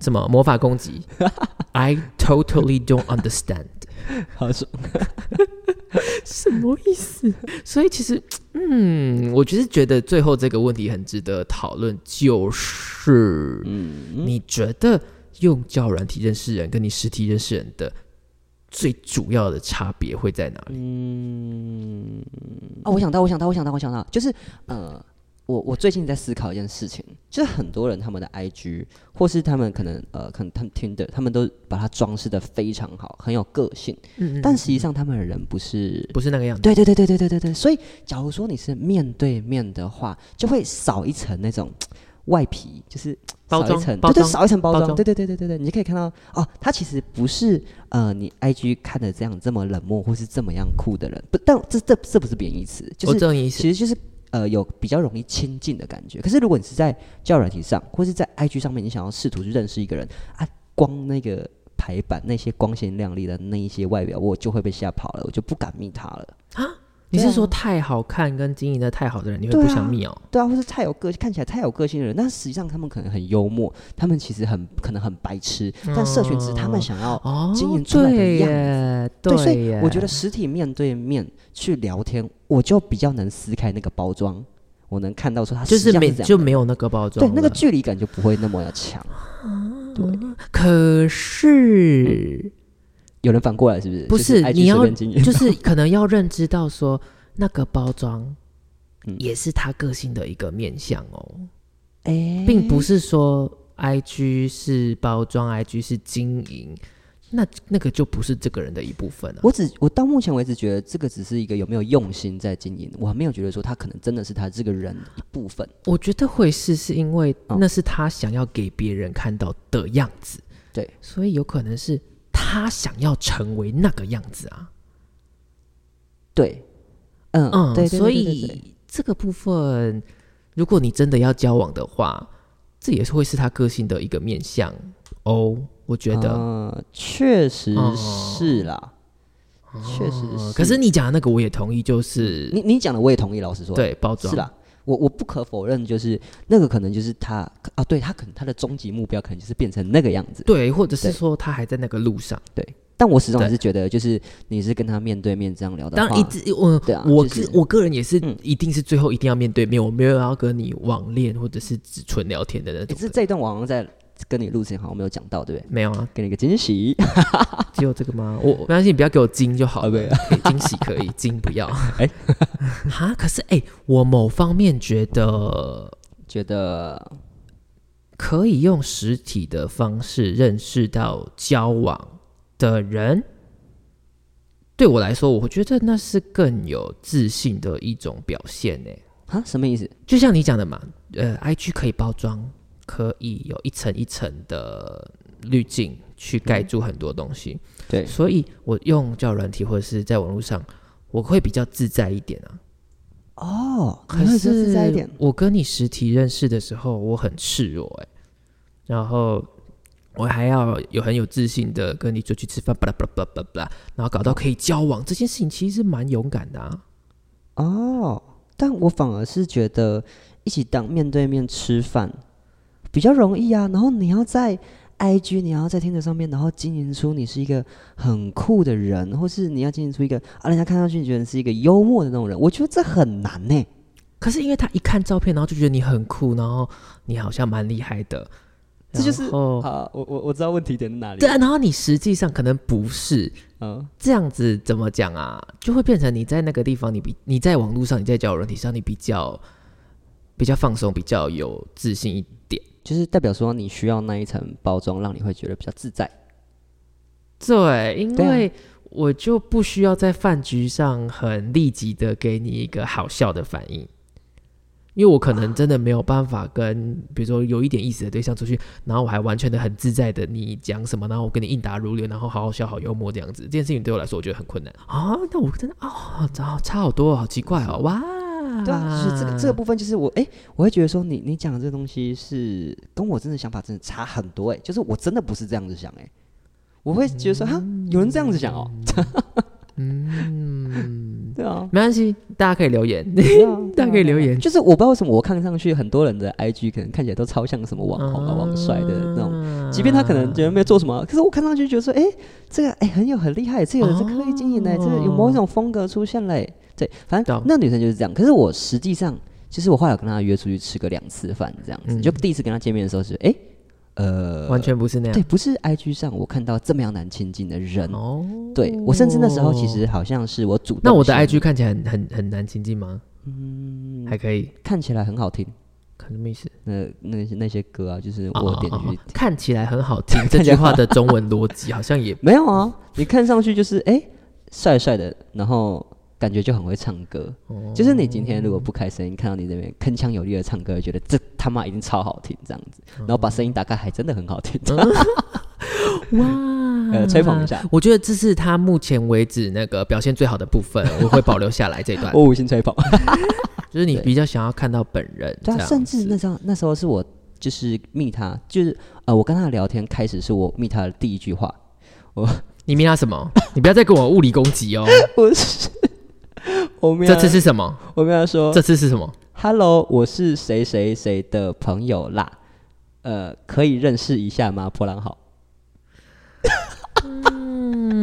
Speaker 2: 什么魔法攻击？I totally don't understand，
Speaker 1: 好爽，
Speaker 2: 什么意思？所以其实，嗯，我就是觉得最后这个问题很值得讨论，就是
Speaker 1: 嗯，
Speaker 2: 你觉得用交友软体认识人跟你实体认识人的最主要的差别会在哪里？
Speaker 1: 啊哦，我想到，我想到，我想到，我想到，就是呃，我我最近在思考一件事情，就是很多人他们的 IG 或是他们可能呃，可能他们 Tinder，他们都把它装饰的非常好，很有个性，
Speaker 2: 嗯嗯，
Speaker 1: 但实际上他们的人不是。
Speaker 2: 不是那个样子。
Speaker 1: 对对对对对对对对，所以假如说你是面对面的话，就会少一层那种外皮，就是
Speaker 2: 包
Speaker 1: 少一
Speaker 2: 装
Speaker 1: 层，
Speaker 2: 包
Speaker 1: 对对，
Speaker 2: 装
Speaker 1: 少一层包
Speaker 2: 包
Speaker 1: 装，
Speaker 2: 装
Speaker 1: 对对对对对对，你就可以看到哦，他其实不是呃你 IG 看的这样这么冷漠或是这么样酷的人，不，但这这这不是贬义词，就
Speaker 2: 我
Speaker 1: 是
Speaker 2: 这种意思。
Speaker 1: 其实就是呃有比较容易亲近的感觉。可是如果你是在交友软体上，或是在 IG 上面，你想要试图去认识一个人啊，光那个排版那些光鲜亮丽的那一些外表，我就会被吓跑了，我就不敢密他了。
Speaker 2: 你
Speaker 1: 对
Speaker 2: 是
Speaker 1: 啊
Speaker 2: 说太好看跟经营的太好的人，你会
Speaker 1: 对
Speaker 2: 不
Speaker 1: 啊
Speaker 2: 想密哦？
Speaker 1: 对啊，或是太有个看起来太有个性的人，但实际上他们可能很幽默，他们其实很可能很白痴，但社群只是他们想要。
Speaker 2: 哦，
Speaker 1: 经营出来的
Speaker 2: 对
Speaker 1: 样子
Speaker 2: 耶，
Speaker 1: 对，所以
Speaker 2: 耶，
Speaker 1: 我觉得实体面对面去聊天，我就比较能撕开那个包装，我能看到说他
Speaker 2: 就
Speaker 1: 实际
Speaker 2: 是
Speaker 1: 上
Speaker 2: 没
Speaker 1: 这样
Speaker 2: 就
Speaker 1: 的
Speaker 2: 没有那个包装
Speaker 1: 对
Speaker 2: 了，
Speaker 1: 那个距离感就不会那么的强。
Speaker 2: 可是
Speaker 1: 有人反过来是不是？
Speaker 2: 不
Speaker 1: 就是 IG
Speaker 2: 你
Speaker 1: 随
Speaker 2: 要
Speaker 1: 便经营
Speaker 2: 就是可能要认知到说那个包装
Speaker 1: 嗯
Speaker 2: 也是他个性的一个面相哦，
Speaker 1: 哎
Speaker 2: 并不是说 IG 是包装，IG 是经营，那那个就不是这个人的一部分了。 啊
Speaker 1: 我只我到目前为止觉得这个只是一个有没有用心在经营，我还没有觉得说他可能真的是他这个人一部分。
Speaker 2: 我觉得会是是因为
Speaker 1: 哦
Speaker 2: 那是他想要给别人看到的样子，
Speaker 1: 对，
Speaker 2: 所以有可能是他想要成为那个样子啊，
Speaker 1: 对，嗯，
Speaker 2: 嗯，
Speaker 1: 对，对
Speaker 2: 所
Speaker 1: 对对对对
Speaker 2: 以这个部分，如果你真的要交往的话，这也是会是他个性的一个面相哦，我觉得。
Speaker 1: 呃确实
Speaker 2: 哦
Speaker 1: 是啦，确实
Speaker 2: 嗯
Speaker 1: 是。
Speaker 2: 可是你讲的那个我也同意，就是
Speaker 1: 你你讲的我也同意，老实说，，
Speaker 2: 对啊包装
Speaker 1: 是啦。我我不可否认，就是那个可能就是他啊，对他可能他的终极目标可能就是变成那个样子，
Speaker 2: 对，或者
Speaker 1: 对
Speaker 2: 是说他还在那个路上。
Speaker 1: 但我始终还
Speaker 2: 对
Speaker 1: 是觉得，就是你是跟他面对面这样聊的话，
Speaker 2: 当然一直我
Speaker 1: 对啊
Speaker 2: 我
Speaker 1: 就是
Speaker 2: 自我个人也是
Speaker 1: 嗯
Speaker 2: 一定是最后一定要面对面，我没有要跟你网恋或者是只纯聊天的那
Speaker 1: 也
Speaker 2: 种
Speaker 1: 是
Speaker 2: 的。
Speaker 1: 这一段我好像在跟你录之前好像没有讲到，对不对？
Speaker 2: 没有啊，
Speaker 1: 给你个惊喜，
Speaker 2: 只有这个吗？ 我我相信你不要给我金就好
Speaker 1: 啊
Speaker 2: 了，
Speaker 1: 对
Speaker 2: 可以惊喜可 以金不要。
Speaker 1: 哎
Speaker 2: 哎， 哈，可是哎、我某方面觉得
Speaker 1: 觉得
Speaker 2: 可以用实体的方式认识到交往的人，对我来说，我觉得那是更有自信的一种表现呢、
Speaker 1: 啊什么意思？
Speaker 2: 就像你讲的嘛，呃，IG 可以包装，可以有一层一层的滤镜去盖住很多东西，
Speaker 1: 对，
Speaker 2: 所以我用交友软体或者是在网络上，我会比较自在一点啊。
Speaker 1: 哦，
Speaker 2: 可
Speaker 1: 你会说
Speaker 2: 是
Speaker 1: 自在一点，
Speaker 2: 我跟你实体认识的时候，我很赤裸哎、然后我还要有很有自信的跟你出去吃饭，巴拉巴拉巴拉巴拉，然后搞到可以交往这件事情，其实是蛮勇敢的啊。
Speaker 1: 哦，但我反而是觉得一起当面对面吃饭比较容易啊。然后你要在 IG，你要在听的上面，然后经营出你是一个很酷的人，或是你要经营出一个啊，人家看上去你觉得你是一个幽默的那种人，我觉得这很难欸呢、
Speaker 2: 可是因为他一看照片，然后就觉得你很酷，然后你好像蛮厉害的，
Speaker 1: 这就是
Speaker 2: 哦，
Speaker 1: 啊，我我我知道问题点在哪里
Speaker 2: 对啊，然后你实际上可能不是
Speaker 1: 嗯，
Speaker 2: 这样子，怎么讲啊？就会变成你在那个地方，你比你在网络上，你在交友软体上，你比较比较放松，比较有自信一点。
Speaker 1: 就是代表说你需要那一层包装，让你会觉得比较自在。
Speaker 2: 对，因
Speaker 1: 对啊
Speaker 2: 为我就不需要在饭局上很立即的给你一个好笑的反应。因为我可能真的没有办法跟，比如说有一点意思的对象出去，然后我还完全的很自在的，你讲什么，然后我跟你应答如流，然后好好笑、好幽默这样子，这件事情对我来说我觉得很困难啊。那我真的哦，差差好多哦，好奇怪哦，哇！
Speaker 1: 对啊，就是这个这个部分，就是我哎、我会觉得说你你讲的这个东西是跟我真的想法真的差很多哎、就是我真的不是这样子想哎、我会觉得说哈，有人这样子想哦， 嗯，对啊，
Speaker 2: 没关系，大家可以留言，
Speaker 1: 对啊
Speaker 2: 大家可以留言。
Speaker 1: 就是我不知道为什么我看上去很多人的 IG 可能看起来都超像什么网红啊、网帅的那种。
Speaker 2: 种
Speaker 1: 即便他可能觉得没有做什么，可是我看上去觉得说，哎、这个哎、很有很厉害，这个是刻意经营的、这个有某一种风格出现嘞、对，反正
Speaker 2: 懂
Speaker 1: 那女生就是这样。可是我实际上，其实我后来有跟她约出去吃个两次饭，这样子。
Speaker 2: 嗯
Speaker 1: 就第一次跟她见面的时候是，哎、呃，
Speaker 2: 完全不哦是那样，
Speaker 1: 对，不是 IG 上我看到这么样难亲近的人。
Speaker 2: 哦，
Speaker 1: 对我甚至那时候其实好像是我主动，
Speaker 2: 那我的 IG 看起来很很很难亲近吗？嗯，还可以，
Speaker 1: 看起来很好听。
Speaker 2: 看什么意思？
Speaker 1: 那那些那些歌啊，就是
Speaker 2: 哦
Speaker 1: 我
Speaker 2: 哦
Speaker 1: 点
Speaker 2: 哦
Speaker 1: 进去
Speaker 2: 哦看起来很好 听，这句话的中文逻辑好像也
Speaker 1: 没有啊，你看上去就是哎、诶帅帅的，然后感觉就很会唱歌。
Speaker 2: 哦
Speaker 1: 就是你今天如果不开声音，看到你这边铿锵有力的唱歌，就觉得这他妈一定超好听这样子，
Speaker 2: 哦
Speaker 1: 然后把声音打开，还真的很好
Speaker 2: 啊
Speaker 1: 听。
Speaker 2: 哇
Speaker 1: 呃吹捧一下。
Speaker 2: 我觉得这是他目前为止那个表现最好的部分，我会保留下来这一段。
Speaker 1: 我五星吹捧。
Speaker 2: 就是你
Speaker 1: 对
Speaker 2: 比较想要看到本人，
Speaker 1: 对啊，
Speaker 2: 啊这样
Speaker 1: 甚至
Speaker 2: 子
Speaker 1: 那时候那时候是我就是密他，就是呃我跟他聊天开始是我密他的第一句话，
Speaker 2: 你明他什么？你不要再跟我物理攻击 哦。
Speaker 1: 不是。我们
Speaker 2: 这次是什么？
Speaker 1: 我们要说
Speaker 2: 这次是什么？
Speaker 1: Hello，我是谁谁谁的朋友啦，呃，可以认识一下吗？波浪号，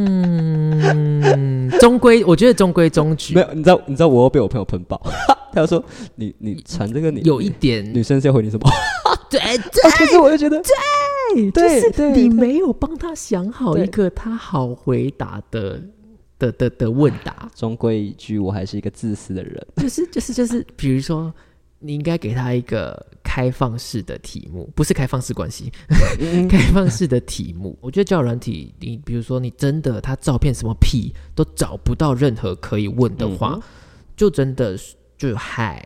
Speaker 2: 嗯，终归我觉得终归终
Speaker 1: 没
Speaker 2: 矩，
Speaker 1: 有，你知道，你知道我又被我朋友喷 爆，他说你你传这个你
Speaker 2: 有一
Speaker 1: 女
Speaker 2: 点
Speaker 1: 生是要回你什么？
Speaker 2: 对
Speaker 1: 啊 可是我就觉得
Speaker 2: 对
Speaker 1: 对
Speaker 2: 哎就是
Speaker 1: 对对
Speaker 2: 你没有帮他想好
Speaker 1: 对
Speaker 2: 一个他好回答的的的的问答，
Speaker 1: 终归一句，我还是一个自私的人。
Speaker 2: 就是就是就是，比如说你应该给他一个开放式的题目，不是开放式关系，
Speaker 1: 嗯
Speaker 2: 开放式的题目。我觉得交友软体，你比如说你真的他照片什么屁都找不到任何可以问的话，
Speaker 1: 嗯
Speaker 2: 就真的是就嗨，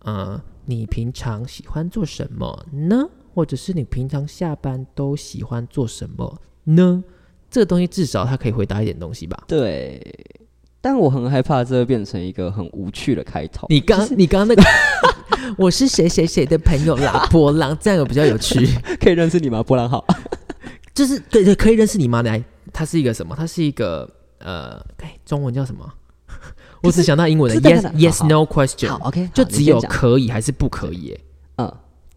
Speaker 2: 呃，你平常喜欢做什么呢？或者是你平常下班都喜欢做什么呢？这个东西至少他可以回答一点东西吧。
Speaker 1: 对，但我很害怕这会变成一个很无趣的开头。
Speaker 2: 你刚你刚那个， 我是谁谁谁的朋友啦，波浪，这样有比较有趣。
Speaker 1: 可以认识你吗？波浪号，
Speaker 2: 就是可以可以认识你吗？来，它是一个什么？它是一个呃，哎，中文叫什么？我只想到英文的
Speaker 1: 是等等
Speaker 2: yes
Speaker 1: 等
Speaker 2: yes
Speaker 1: 好好
Speaker 2: no question，
Speaker 1: 好，OK，
Speaker 2: 就
Speaker 1: 好
Speaker 2: 只有
Speaker 1: 你先讲
Speaker 2: 可以还是不可以耶？
Speaker 1: 嗯，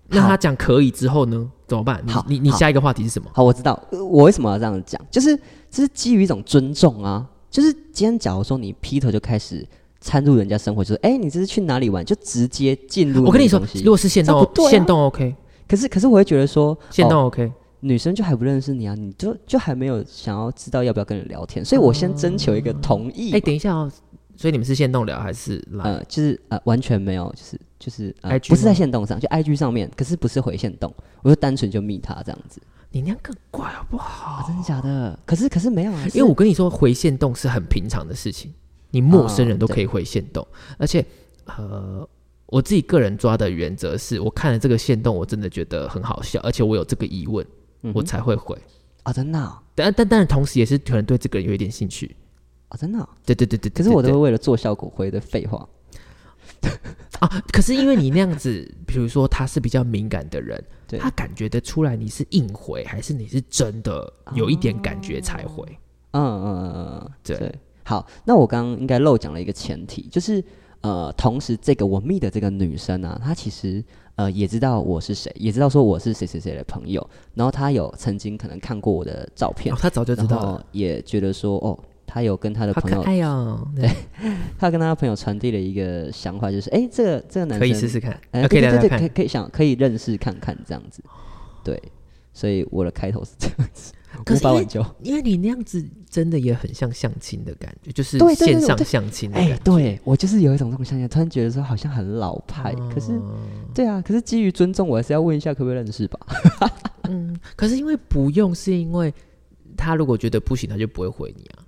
Speaker 2: 那
Speaker 1: 好
Speaker 2: 他讲可以之后呢？怎么办？
Speaker 1: 好
Speaker 2: 你你你
Speaker 1: 好
Speaker 2: 下一个话题是什么？
Speaker 1: 好，我知道，呃我为什么要这样讲，就是这是基于一种尊重啊。就是今天假如说你劈头就开始掺入人家生活，就是哎、你这是去哪里玩，就直接进入
Speaker 2: 我跟
Speaker 1: 那
Speaker 2: 你
Speaker 1: 个
Speaker 2: 说
Speaker 1: 东，西。
Speaker 2: 如果是限
Speaker 1: 这
Speaker 2: 动
Speaker 1: 不对，啊
Speaker 2: 限动 OK，
Speaker 1: 可是可是我会觉得说，
Speaker 2: 限
Speaker 1: 哦
Speaker 2: 动 OK，
Speaker 1: 女生就还不认识你啊，你就就还没有想要知道要不要跟你聊天，所以我先征求一个同意。
Speaker 2: 哎，等一下哦，所以你们是限动聊还是来？
Speaker 1: 呃，就是呃，完全没有，就是就是呃，
Speaker 2: IG
Speaker 1: 不是
Speaker 2: 吗
Speaker 1: 在线动上，就 IG 上面，可是不是回线动，我就单纯就密他这样子。
Speaker 2: 你那样更怪好不好
Speaker 1: 啊，？真的假的？可是可是没有啊，
Speaker 2: 哦因为我跟你说，回线动是很平常的事情，你陌生
Speaker 1: 啊
Speaker 2: 人都可以回线动，而且呃，我自己个人抓的原则是，我看了这个线动，我真的觉得很好笑，而且我有这个疑问，
Speaker 1: 我
Speaker 2: 我才会回。
Speaker 1: 啊，嗯真的啊，
Speaker 2: 但但但同时也是可能对这个人有一点兴趣。
Speaker 1: 啊真的啊。
Speaker 2: 对对对对
Speaker 1: 可
Speaker 2: 对
Speaker 1: 是我都
Speaker 2: 对
Speaker 1: 会
Speaker 2: 对
Speaker 1: 为了做效果回的废话。
Speaker 2: 啊，可是因为你那样子，比如说他是比较敏感的人，
Speaker 1: 对
Speaker 2: 他感觉得出来你是硬回还是你是真的
Speaker 1: 哦
Speaker 2: 有一点感觉才回。
Speaker 1: 嗯嗯嗯嗯嗯，
Speaker 2: 对
Speaker 1: 好，那我刚刚应该漏讲了一个前提，就是呃，同时这个我密的这个女生啊，她其实呃也知道我是谁，也知道说我是谁谁谁的朋友，然后她有曾经可能看过我的照片，
Speaker 2: 哦，他早就知
Speaker 1: 然
Speaker 2: 道
Speaker 1: 后
Speaker 2: 了，
Speaker 1: 也觉得说哦，她有跟她的
Speaker 2: 好
Speaker 1: 朋
Speaker 2: 可
Speaker 1: 友，
Speaker 2: 爱哦，对，
Speaker 1: 她跟她的朋友传递了一个想法，就是哎、这个这个男生
Speaker 2: 可以试试看，
Speaker 1: 哎、
Speaker 2: 啊可以
Speaker 1: 对
Speaker 2: 聊
Speaker 1: 对
Speaker 2: 聊
Speaker 1: 对，
Speaker 2: 看
Speaker 1: 可以。可以想可以认识看看这样子，对，所以我的开头是这样子，
Speaker 2: 可
Speaker 1: 无
Speaker 2: 是
Speaker 1: 法
Speaker 2: 因为
Speaker 1: 挽救。
Speaker 2: 因为你那样子真的也很像相亲的感觉，就是
Speaker 1: 对对对
Speaker 2: 线
Speaker 1: 对
Speaker 2: 上
Speaker 1: 对
Speaker 2: 相亲的
Speaker 1: 哎、
Speaker 2: 感觉。
Speaker 1: 对我就是有一种这种想象，突然觉得说好像很老派，
Speaker 2: 哦
Speaker 1: 可是对啊，可是基于尊重，我还是要问一下可不可以认识吧？
Speaker 2: 嗯，可是因为不用，是因为他如果觉得不行，他就不会回你啊。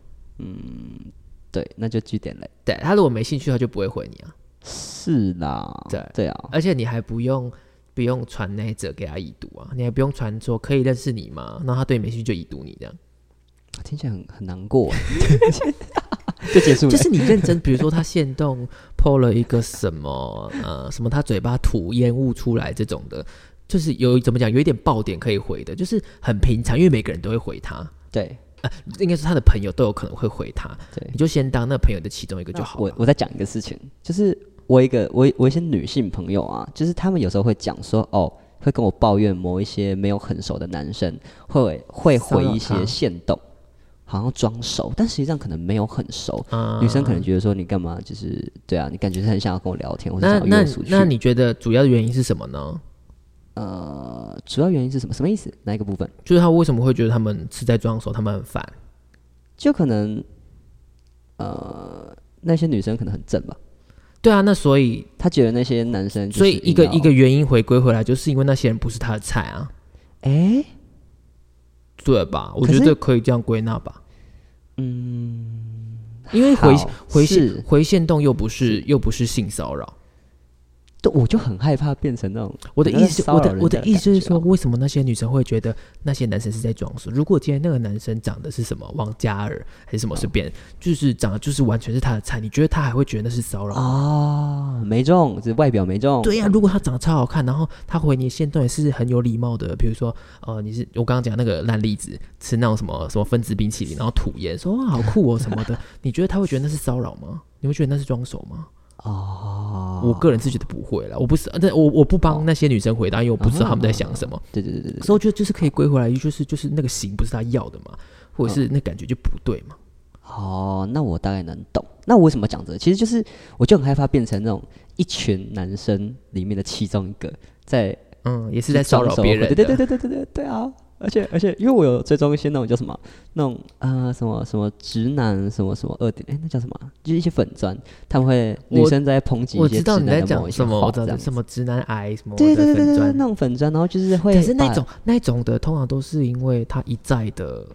Speaker 1: 对，那就据点嘞。
Speaker 2: 对他如果没兴趣，他就不会回你啊。
Speaker 1: 是啦，
Speaker 2: 对
Speaker 1: 对啊，
Speaker 2: 而且你还不用不用传那一则给他已读啊，你还不用传说可以认识你吗？那他对你没兴趣就已读你这样。
Speaker 1: 听起来很很难过 欸，就结束了。
Speaker 2: 就是你认真，比如说他现动 PO 了一个什么呃什么，他嘴巴吐烟雾出来这种的，就是有怎么讲，有一点爆点可以回的，就是很平常，因为每个人都会回他，
Speaker 1: 对
Speaker 2: 应该是他的朋友都有可能会回他，
Speaker 1: 对
Speaker 2: 你，就先当那朋友的其中一个就好
Speaker 1: 我
Speaker 2: 了。
Speaker 1: 我再讲一个事情，就是我一个我我一些女性朋友啊，就是她们有时候会讲说哦。会跟我抱怨某一些没有很熟的男生会会回一
Speaker 2: 骚
Speaker 1: 些
Speaker 2: 扰她
Speaker 1: 线动，好像装熟，但实际上可能没有很熟，
Speaker 2: 嗯
Speaker 1: 女生可能觉得说你干嘛，就是对啊，你感觉是很想要跟我聊天，或者
Speaker 2: 那
Speaker 1: 想要约
Speaker 2: 那
Speaker 1: 我出去。
Speaker 2: 那你觉得主要的原因是什么呢？
Speaker 1: 呃，主要原因是什么？什么意思？哪一个部分？
Speaker 2: 就是他为什么会觉得他们是在装熟，他们很烦？
Speaker 1: 就可能呃，那些女生可能很正吧，
Speaker 2: 对啊，那所以
Speaker 1: 他觉得那些男生就是
Speaker 2: 所以一个
Speaker 1: 要
Speaker 2: 一个原因回归回来，就是因为那些人不是他的菜啊，
Speaker 1: 哎、
Speaker 2: 对吧？我
Speaker 1: 可
Speaker 2: 觉
Speaker 1: 是
Speaker 2: 得可以这样归纳吧。嗯，因为回
Speaker 1: 好
Speaker 2: 回
Speaker 1: 是
Speaker 2: 线回线动又不是又不是性骚扰，
Speaker 1: 对，我就很害怕变成那种
Speaker 2: 我的
Speaker 1: 好像
Speaker 2: 意思，
Speaker 1: 在骚
Speaker 2: 我
Speaker 1: 扰
Speaker 2: 的
Speaker 1: 人
Speaker 2: 我
Speaker 1: 家
Speaker 2: 的
Speaker 1: 的
Speaker 2: 意思
Speaker 1: 感
Speaker 2: 是
Speaker 1: 觉
Speaker 2: 说，
Speaker 1: 啊
Speaker 2: 为什么那些女生会觉得那些男生是在装睡？如果今天那个男生长得是什么王嘉尔还是什么随便，就是长得就是完全是他的菜，你觉得他还会觉得那是骚扰吗？
Speaker 1: 啊、没中，只是外表没中。
Speaker 2: 哦对呀、啊如果他长得超好看，然后他回你的线段也是很有礼貌的，比如说，呃，你是我刚刚讲那个烂栗子，吃那种什么什么分子冰淇淋，然后吐烟，说哇好酷哦什 么的，你觉得他会觉得那是骚扰吗？你会觉得那是装熟吗？
Speaker 1: 哦，
Speaker 2: 我个人是觉得不会啦，我不是，但我我不帮那些女生回答，因为我不知道
Speaker 1: 哦
Speaker 2: 她们在想什么。
Speaker 1: 对对对对对，
Speaker 2: 所以我觉得就是可以归回来，就是就是那个型不是他要的嘛，或者是
Speaker 1: 嗯
Speaker 2: 那感觉就不对嘛。
Speaker 1: 哦，那我大概能懂。那我为什么讲这个？其实就是我就很害怕变成那种一群男生里面的其中一个在
Speaker 2: 嗯，也是在骚扰别人的。
Speaker 1: 对对对对对对对对啊！而且而且，因为我有追踪一些那种叫什么那种呃什么什么直男什么什么二点，哎、那叫什么啊？就是一些粉砖，他们会
Speaker 2: 我
Speaker 1: 女生在抨击一
Speaker 2: 我
Speaker 1: 些
Speaker 2: 知道
Speaker 1: 直
Speaker 2: 你在
Speaker 1: 男的某
Speaker 2: 讲
Speaker 1: 一
Speaker 2: 什
Speaker 1: 些
Speaker 2: 么，我
Speaker 1: 话
Speaker 2: 知
Speaker 1: 这
Speaker 2: 道
Speaker 1: 样。
Speaker 2: 什么直男癌什么
Speaker 1: 对
Speaker 2: 的
Speaker 1: 对对对
Speaker 2: 粉
Speaker 1: 对，
Speaker 2: 砖
Speaker 1: 那。种粉砖，然后就是会
Speaker 2: 可是那
Speaker 1: 把
Speaker 2: 种那种的，通常都是因为他一再的、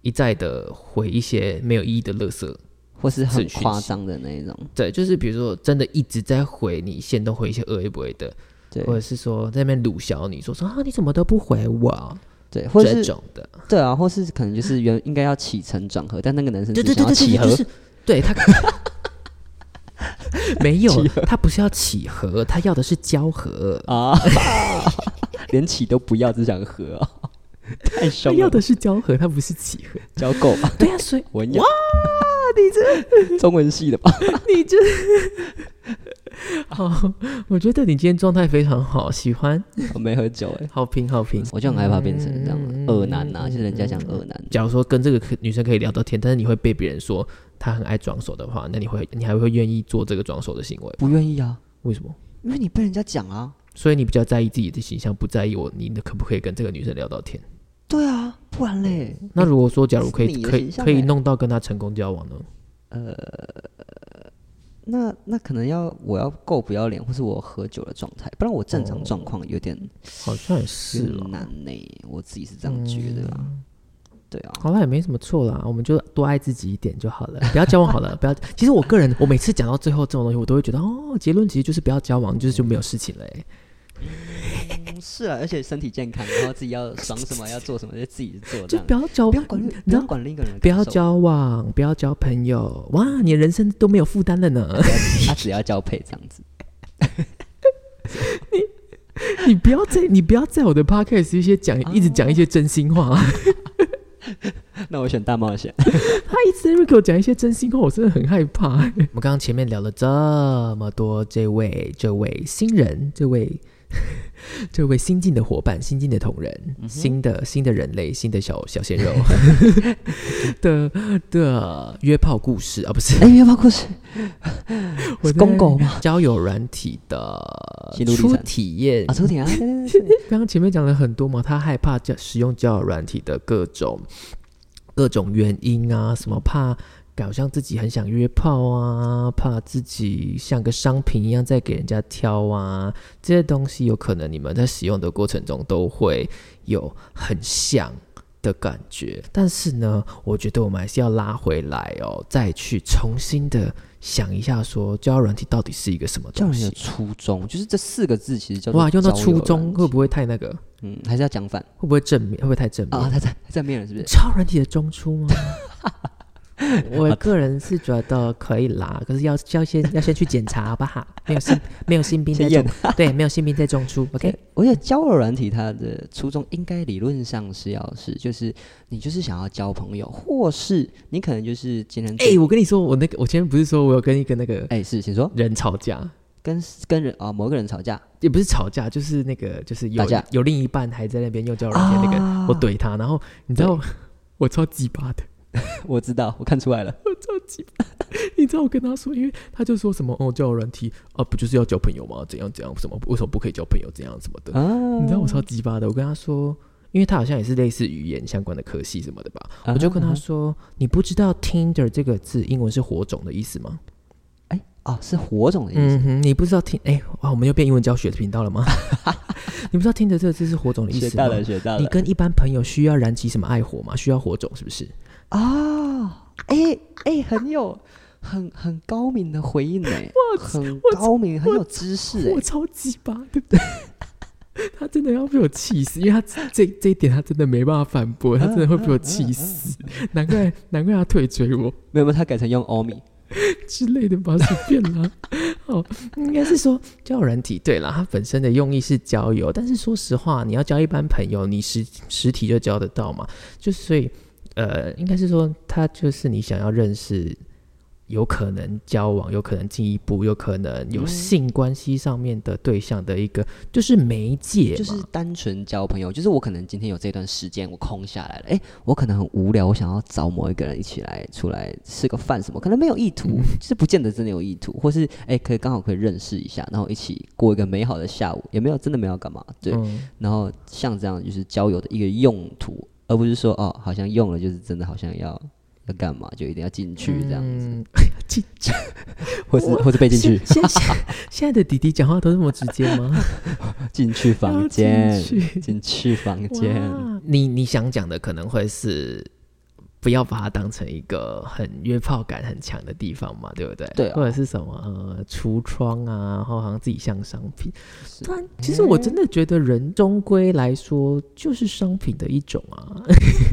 Speaker 2: 一再的回一些没有意义的垃圾。
Speaker 1: 或是
Speaker 2: 自
Speaker 1: 很
Speaker 2: 讯息
Speaker 1: 夸张的那一种，
Speaker 2: 对，就是比如说真的一直在回你，线都回一些恶意不为的，
Speaker 1: 对
Speaker 2: 或者是说在那边鲁小你说说啊你怎么都不回我啊
Speaker 1: 对，或
Speaker 2: 这
Speaker 1: 者是
Speaker 2: 种的。
Speaker 1: 对啊，或是可能就是原应该要起承转合，但那个男生
Speaker 2: 对
Speaker 1: 只
Speaker 2: 对
Speaker 1: 想
Speaker 2: 对
Speaker 1: 要
Speaker 2: 对
Speaker 1: 起
Speaker 2: 对，
Speaker 1: 合，
Speaker 2: 就是对 他没有，他不是要起合，他要的是交合，
Speaker 1: 啊， 连起都不要，只想合、哦， 太
Speaker 2: 他
Speaker 1: 凶
Speaker 2: 要
Speaker 1: 了，
Speaker 2: 的是交合，他不是起合。
Speaker 1: 交够吧，
Speaker 2: 对啊，所以
Speaker 1: 文雅，哇，你这 中文系的吧？
Speaker 2: 你这 好，我觉得你今天状态非常好，喜欢，
Speaker 1: 我没喝酒哎、
Speaker 2: 好评好评。
Speaker 1: 我就很害怕变成这样的恶男呐、就是人家讲恶男，
Speaker 2: 假如说跟这个可女生可以聊到天，但是你会被别人说她很爱装熟的话，那你会你还会愿意做这个装熟的行为？
Speaker 1: 不愿意啊，
Speaker 2: 为什么？
Speaker 1: 因为你被人家讲啊，
Speaker 2: 所以你比较在意自己的形象，不在意我你可不可以跟这个女生聊到天？
Speaker 1: 对啊，不然嘞，
Speaker 2: 那如果说，假如可
Speaker 1: 是
Speaker 2: 以
Speaker 1: 你的
Speaker 2: 可以
Speaker 1: 形象
Speaker 2: 可以
Speaker 1: 欸
Speaker 2: 弄到跟他成功交往呢？
Speaker 1: 那那可能要我要够不要脸，或是我喝酒的状态，不然我正常状况有点。
Speaker 2: 好像也是
Speaker 1: 有
Speaker 2: 哦
Speaker 1: 点。难呢、我自己是这样觉得啦。啊对啊，
Speaker 2: 好了，也没什么错啦，我们就多爱自己一点就好了， 不要交往好了，不要。其实我个人，我每次讲到最后这种东西，我都会觉得哦，结论其实就是不要交往，就是就没有事情了欸、
Speaker 1: 是啊，而且身体健康，然后自己要爽什么，要做什么就自己做这
Speaker 2: 就
Speaker 1: 样
Speaker 2: 不，要交，
Speaker 1: 不要管
Speaker 2: 你
Speaker 1: 不
Speaker 2: 知
Speaker 1: 要
Speaker 2: 道
Speaker 1: 管另一个人的
Speaker 2: 不
Speaker 1: 感
Speaker 2: 要
Speaker 1: 受，
Speaker 2: 交往，不要交朋友，哇，你的人生都没有负担了呢。
Speaker 1: 他只要交配这样子。
Speaker 2: 你不要在，你不要在我的 podcast 一些讲，
Speaker 1: 啊
Speaker 2: 一直讲一些真心话。
Speaker 1: 那我选大冒险，
Speaker 2: 他一直在那边给我讲一些真心话，我真的很害怕。我们刚刚前面聊了这么多，这位这位新人，这位 这位新进的伙伴，新进的同仁，新的新的人类，新的小小鲜肉 的的约炮故事啊，不是
Speaker 1: 哎，约炮故事
Speaker 2: 我
Speaker 1: 是
Speaker 2: 在
Speaker 1: 公狗吗？
Speaker 2: 交友软体的
Speaker 1: 呃心路历程
Speaker 2: 初体验
Speaker 1: 啊，。初体啊，对对对对
Speaker 2: 刚刚前面讲了很多嘛，他害怕交使用交友软体的各种各种原因啊，什么怕搞像自己很想约炮啊，怕自己像个商品一样在给人家挑啊，这些东西有可能你们在使用的过程中都会有很像。的感觉，但是呢，我觉得我们还是要拉回来哦，再去重新的想一下说交友软体到底是一个什么
Speaker 1: 叫
Speaker 2: 东
Speaker 1: 人有
Speaker 2: 西。
Speaker 1: 初衷，就是这四个字其实叫做
Speaker 2: 哇，用到
Speaker 1: 交友
Speaker 2: 初中
Speaker 1: 软
Speaker 2: 会
Speaker 1: 件
Speaker 2: 不会太那个？
Speaker 1: 嗯，还是要讲反
Speaker 2: 会不会正面？会不会太正面？
Speaker 1: 啊？他在他在面了是不是？
Speaker 2: 超人体的中出 吗？我个人是觉得可以啦，可是要要先要先去检查好不 好？没有性没有性病在
Speaker 1: 先验
Speaker 2: 中，对，没有性病在中 出。OK，
Speaker 1: 对我觉得交友软体它的初衷应该理论上是要是，就是你就是想要交朋友，或是你可能就是今天
Speaker 2: 哎、我跟你说，我那个我前面不是说我有跟一个那个
Speaker 1: 哎、是请说
Speaker 2: 人吵架，
Speaker 1: 跟跟人啊、某个人吵架，
Speaker 2: 也不是吵架，就是那个就是有
Speaker 1: 打架
Speaker 2: 有另一半还在那边用交友软件那个，
Speaker 1: 啊
Speaker 2: 我怼他，然后你知道 我超鸡巴的，
Speaker 1: 我知道，我看出来了，
Speaker 2: 你知道我跟他说，因为他就说什么哦交友软体啊，不就是要交朋友吗？怎样怎样什么？为什么不可以交朋友？怎样什么的？
Speaker 1: 啊，
Speaker 2: 你知道我超鸡巴的，我跟他说，因为他好像也是类似语言相关的科系什么的吧， 我就跟他
Speaker 1: 啊
Speaker 2: 说，你不知道 Tinder 这个字英文是火种的意思吗？
Speaker 1: 哎、哦，是火种的意思。
Speaker 2: 嗯哼，你不知道听哎、哇，我们又变英文教学的频道了吗？ 你不知道听着这个字是火嗯种的意
Speaker 1: 学
Speaker 2: 思
Speaker 1: 到
Speaker 2: 吗？
Speaker 1: 了，学到
Speaker 2: 你
Speaker 1: 了。
Speaker 2: 跟一般朋友需要燃起什么爱火吗？需要火种是不是？
Speaker 1: 啊，哎、哎、很有很很高明的回应呢、很高明，很有知识哎、
Speaker 2: 我超级吧，对不对？ 他真的要被我气死，因为他这这这一点他真的没办法反驳，他真的会被我气死。
Speaker 1: 嗯
Speaker 2: 难怪难怪他退追我
Speaker 1: 没有没有，他改成用欧米
Speaker 2: 之类的吧，随便啦。 哦，应该是说交友软体对啦，它本身的用意是呃交友，但是说实话，你要交一般朋友，你实实体就交得到嘛。就所以呃，应该是说他就是你想要认识。有可能交往，有可能进一步，有可能有
Speaker 1: 嗯
Speaker 2: 性关系上面的对象的一个，就是媒介嘛，
Speaker 1: 就是单纯交朋友，就是我可能今天有这段时间我空下来了，哎、我可能很无聊，我想要找某一个人一起来出来吃个饭什么，可能没有意图，就是不见得真的有意图，或是哎、可以刚好可以认识一下，然后一起过一个美好的下午，也没有真的没有要干嘛，对，
Speaker 2: 嗯
Speaker 1: 然后像这样就是交友的一个用途，而不是说哦，好像用了就是真的好像要要干嘛，就一定要进去这样子，
Speaker 2: 嗯
Speaker 1: 或是或是被进去
Speaker 2: 现现现 现在的弟弟讲话都这么直接吗？
Speaker 1: 进去
Speaker 2: 要
Speaker 1: 房
Speaker 2: 进
Speaker 1: 间，
Speaker 2: 去
Speaker 1: 进去房间，
Speaker 2: 哇你你想讲的可能会是不要把它当成一个很约炮感很强的地方嘛，对不对？
Speaker 1: 对啊
Speaker 2: 或者是什么呃橱窗啊，然后好像自己像商品。
Speaker 1: 是
Speaker 2: 突然，其实我真的觉得人终归来说就是商品的一种啊。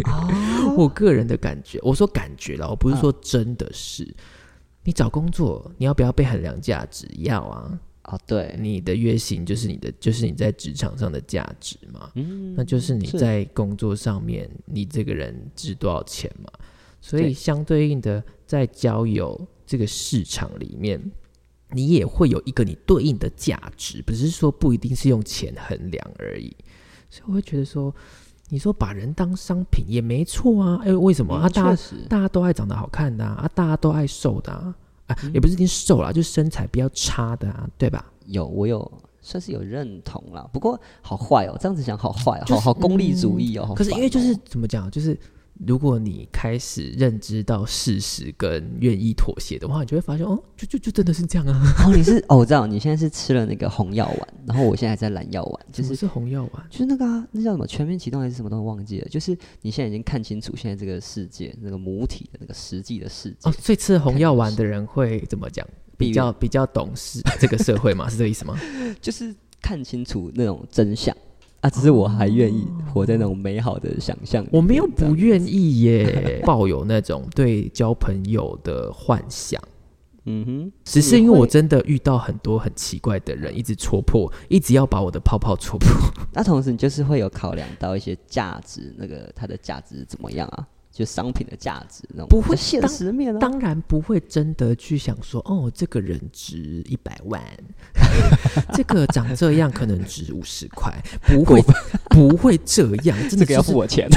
Speaker 1: 哦
Speaker 2: 我个人的感觉，我说感觉啦，我不是说
Speaker 1: 嗯
Speaker 2: 真的是。你找工作，你要不要被衡量价值？要啊，
Speaker 1: 哦对，
Speaker 2: 你的月薪就是你的，就是你在职场上的价值嘛。
Speaker 1: 嗯
Speaker 2: 那就是你
Speaker 1: 是
Speaker 2: 在工作上面，你这个人值多少钱嘛？所以
Speaker 1: 对
Speaker 2: 相对应的，在交友这个市场里面，你也会有一个你对应的价值，不是说不一定是用钱衡量而已。所以我会觉得说，你说把人当商品也没错啊，哎、为什么啊？
Speaker 1: 嗯
Speaker 2: 大
Speaker 1: 确
Speaker 2: 家
Speaker 1: 实
Speaker 2: 大家都爱长得好看的啊，啊大家都爱瘦的啊，啊，
Speaker 1: 嗯
Speaker 2: 也不是一定瘦啦，就身材比较差的啊，对吧？
Speaker 1: 有我有。算是有认同啦，不过好坏哦，这样子想好坏、哦，好好功利主义哦。好
Speaker 2: 嗯可是因
Speaker 1: 烦
Speaker 2: 为就
Speaker 1: 哦
Speaker 2: 是怎么讲，啊就是如果你开始认知到事实跟愿意妥协的话，你就会发现哦，就就就真的是这样啊。
Speaker 1: 哦，你是哦，我知道你现在是吃了那个红药丸，然后我现在还在蓝药丸，就
Speaker 2: 什
Speaker 1: 是
Speaker 2: 么是红药丸，
Speaker 1: 就是那个啊，那叫什么全面启动还是什么东西忘记了？就是你现在已经看清楚现在这个世界那个母体的那个实际的世界，
Speaker 2: 哦，所以吃了红药丸的人会怎么讲？比
Speaker 1: 比
Speaker 2: 较比较懂事，这个社 会嘛，是这个意思吗？
Speaker 1: 就是看清楚那种真相啊。只是我还愿意活在那种美好的想象里面，
Speaker 2: 哦我没有
Speaker 1: 这
Speaker 2: 不
Speaker 1: 样
Speaker 2: 愿意耶，抱有那种对交朋友的幻想，
Speaker 1: 嗯哼，
Speaker 2: 只是因为
Speaker 1: 会
Speaker 2: 我真的遇到很多很奇怪的人，一直戳破，一直要把我的泡泡戳破。
Speaker 1: 那同时你就是会有考量到一些价值，那个它的价值怎么样啊？就商品的价值那种，
Speaker 2: 不
Speaker 1: 比
Speaker 2: 会
Speaker 1: 较现
Speaker 2: 当
Speaker 1: 实面啊。
Speaker 2: 当然不会真的去想说，哦，这个人值一百万， 这个长这样可能值五十块，不会 不会这样，真
Speaker 1: 这
Speaker 2: 的、就是、
Speaker 1: 个要付我钱，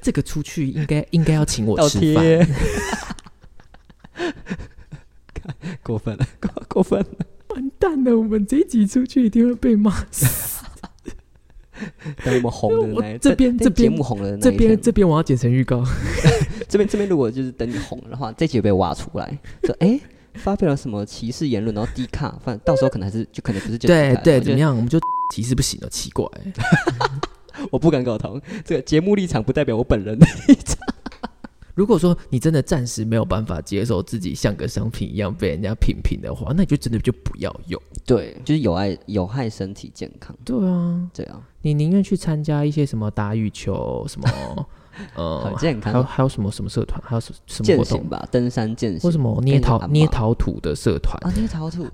Speaker 2: 这个出去 应该应该要请我
Speaker 1: 倒
Speaker 2: 吃饭，
Speaker 1: 贴， 过分了，过过分了，
Speaker 2: 完蛋了，我们这一集出去一定会被骂 死。
Speaker 1: 等我们红的那一
Speaker 2: 我这边
Speaker 1: 等
Speaker 2: 这边
Speaker 1: 节目红了的那
Speaker 2: 这
Speaker 1: 一
Speaker 2: 边
Speaker 1: 天
Speaker 2: 这边我要剪成预告，
Speaker 1: 这边这边如果就是等你红了的话，这集也被挖出 来，说哎、诶发表了什么歧视言论，然后低卡，反正到时候可能还是就可能不是 就
Speaker 2: 对
Speaker 1: Dcard，
Speaker 2: 对，
Speaker 1: 我觉得
Speaker 2: 怎么样？我们就 提示不行了，奇怪、
Speaker 1: 我不敢苟同， 这个节目立场不代表我本人的立场。
Speaker 2: 如果说你真的暂时没有办法接受自己像个商品一样被人家品评的话，那你就真的就不要用。
Speaker 1: 对，就是有害有害身体健康，
Speaker 2: 对啊，
Speaker 1: 对啊，
Speaker 2: 你宁愿去参加一些什么打羽球 什么，
Speaker 1: 好
Speaker 2: 呃，
Speaker 1: 健
Speaker 2: 还有
Speaker 1: 康，
Speaker 2: 还有什么什么社团，还有什什么
Speaker 1: 践
Speaker 2: 活
Speaker 1: 行
Speaker 2: 动？
Speaker 1: 吧，登山健行
Speaker 2: 或什么捏
Speaker 1: 跟着
Speaker 2: 陶
Speaker 1: 阿嬷
Speaker 2: 捏陶土的社团，
Speaker 1: 啊，那个陶土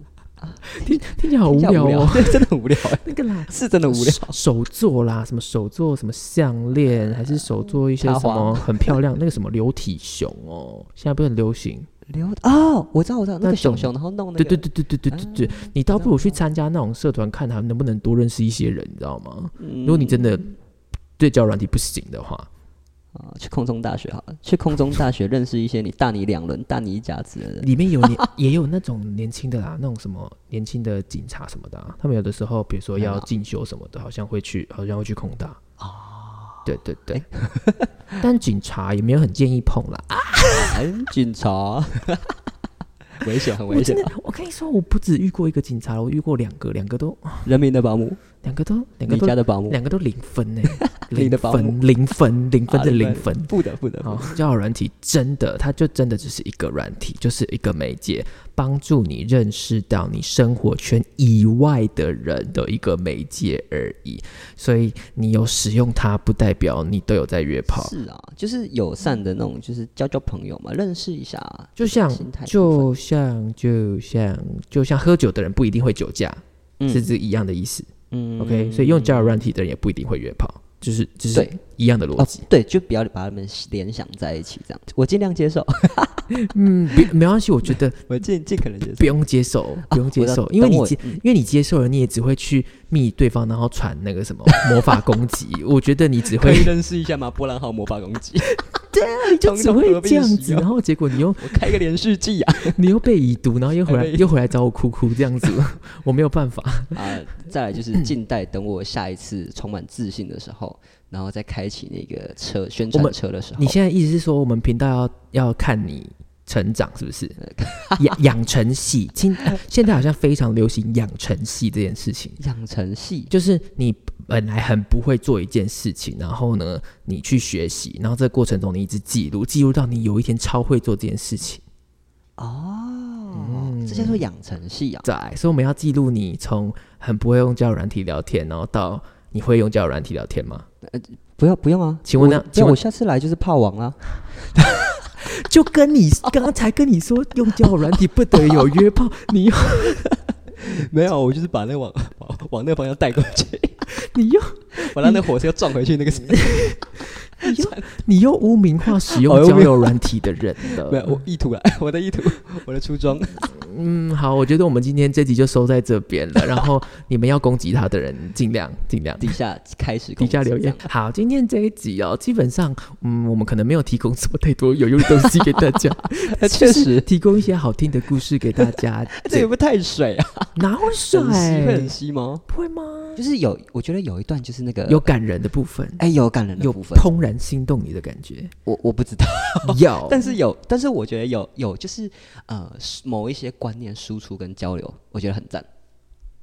Speaker 2: 听起来好
Speaker 1: 听起来
Speaker 2: 聊
Speaker 1: 无聊啊
Speaker 2: 哦。，
Speaker 1: 对， 真的很无聊，
Speaker 2: 那个啦，
Speaker 1: 是真的 无聊。
Speaker 2: 手手作啦，什么手作什么项 链，还是手作一些
Speaker 1: 插
Speaker 2: 什
Speaker 1: 嗯花
Speaker 2: 么很漂亮那个什么流体熊哦，现在不是很流行？
Speaker 1: 流哦，我知道，我知道，那
Speaker 2: 那
Speaker 1: 个熊
Speaker 2: 种
Speaker 1: 熊，然后弄那
Speaker 2: 对
Speaker 1: 个，嗯
Speaker 2: 对对对对对对对，你倒不如去参加那种社团，看他能不能多认识一些人，你知道吗？
Speaker 1: 嗯
Speaker 2: 如果你真的对交友软体不行的话，
Speaker 1: 啊，去空中大学好了，去空中大学认识一些你大你两轮、大你一甲子的人。
Speaker 2: 里面有 年也有那种年轻的啦，那种什么年轻的警察什么的、啊，他们有的时候比如说要进修什么的，好像会去，好像会去空大
Speaker 1: 哦
Speaker 2: 啊。对对对， 但警察也没有很建议碰啦。啊
Speaker 1: 哎，警察，危险，很
Speaker 2: 我
Speaker 1: 危险
Speaker 2: 真的
Speaker 1: 啊！，
Speaker 2: 我跟你说，我不止遇过一个警察了，我遇过两个，两个都，
Speaker 1: 人民的保姆，
Speaker 2: 两个都，两个
Speaker 1: 你
Speaker 2: 都
Speaker 1: 家，的保姆，
Speaker 2: 两个都零分 呢、
Speaker 1: 你
Speaker 2: 零
Speaker 1: 的保姆
Speaker 2: 分，零分，零分
Speaker 1: 啊
Speaker 2: 的
Speaker 1: 零分
Speaker 2: 零分。
Speaker 1: 不得不得不
Speaker 2: 好
Speaker 1: 得，
Speaker 2: 交友软体真的，它就真的只是一个软体，就是一个媒介，帮助你认识到你生活圈以外的人的一个媒介而已。所以你有使用它，不代表你都有在约炮。
Speaker 1: 是啊，就是友善的那种，就是交交朋友嘛，认识一下啊，
Speaker 2: 就像
Speaker 1: 心态的部
Speaker 2: 就像就像就像喝酒的人不一定会酒驾，
Speaker 1: 分
Speaker 2: 是这一样的意思。
Speaker 1: 嗯
Speaker 2: OK，所以用交友软体的人也不一定会约炮，就是就是
Speaker 1: 对
Speaker 2: 一样的逻
Speaker 1: 哦
Speaker 2: 辑。，
Speaker 1: 对，就不要把他们联想在一起，这样我尽量接受，
Speaker 2: 嗯，没没关系， 我觉得
Speaker 1: 我尽尽可能接受
Speaker 2: 不。用 接受，不用接
Speaker 1: 啊我知
Speaker 2: 受
Speaker 1: 道，
Speaker 2: 因为
Speaker 1: 等
Speaker 2: 你
Speaker 1: 我
Speaker 2: 接
Speaker 1: 嗯
Speaker 2: 因为你接受了，你也只会去密对方，然后传那个 什么魔法攻击。我觉得你只
Speaker 1: 可
Speaker 2: 会啊
Speaker 1: 以认识一下吗？波浪号魔法攻 击，
Speaker 2: 你就
Speaker 1: 从
Speaker 2: 只
Speaker 1: 中
Speaker 2: 会
Speaker 1: 得
Speaker 2: 这样
Speaker 1: 病
Speaker 2: 子，
Speaker 1: 使用
Speaker 2: 然后结果你又
Speaker 1: 我开个连续剧啊！
Speaker 2: 你又被已读，然后又回来
Speaker 1: 还被
Speaker 2: 又回来找我哭哭这样子， 我没有办法。
Speaker 1: 啊，再来就是近代，等我下一次充满自信的时候，然后再开启那个车宣
Speaker 2: 我
Speaker 1: 传
Speaker 2: 们
Speaker 1: 车的时候，
Speaker 2: 你现在意思是说，我们频道要要看你成长，是不 是？养养成系，今现在好像非常流行养成系这件事情。
Speaker 1: 养成系
Speaker 2: 就是你本来很不会做一件事情，然后呢，你去学习，然后这个过程中你一直记录，记录到你有一天超会做这件事情。
Speaker 1: 哦，这
Speaker 2: 嗯
Speaker 1: 叫做养成系啊。
Speaker 2: 在，所以我们要记录你从很不会用交友软体聊天，然后到你会用交友软体聊天吗？
Speaker 1: 不要不用啊，
Speaker 2: 请问呢
Speaker 1: 我
Speaker 2: 请问
Speaker 1: 我下次来就是炮王啊啦。
Speaker 2: 就跟你 刚才跟你说用交友软体不得有约炮，你又
Speaker 1: 没有，我就是把那往往往那个方向带过 去，
Speaker 2: 你又
Speaker 1: 我让那火车撞回去那 个。
Speaker 2: 你又你又污名化使用
Speaker 1: 好又
Speaker 2: 交
Speaker 1: 没有
Speaker 2: 友软体的人
Speaker 1: 没有，
Speaker 2: 了。
Speaker 1: 我意图啊，我的意图，我的初衷。
Speaker 2: 嗯，好，我觉得我们今天这集就收在这边了。然后你们要攻击他的人，尽量尽量。
Speaker 1: 底下开始
Speaker 2: 底下留言。好，今天这一集哦，基本上，嗯，我们可能没有提供什么太多有用的东西给大 家，
Speaker 1: 攻击，确
Speaker 2: 就是
Speaker 1: 实，
Speaker 2: 提供一些好听的故事给大家。
Speaker 1: 哎这也不太水啊，
Speaker 2: 哪会水？
Speaker 1: 很稀会很稀吗？
Speaker 2: 不会吗？
Speaker 1: 就是有，我觉得有一段就是那个
Speaker 2: 有感人的部分，
Speaker 1: 哎、有感人的
Speaker 2: 有
Speaker 1: 部分，
Speaker 2: 怦然心动你的感觉，
Speaker 1: 我我不知道，
Speaker 2: 有。
Speaker 1: 哦 但是有，但是我觉得有有就是呃是某一些观念输出跟交流，我觉得很赞。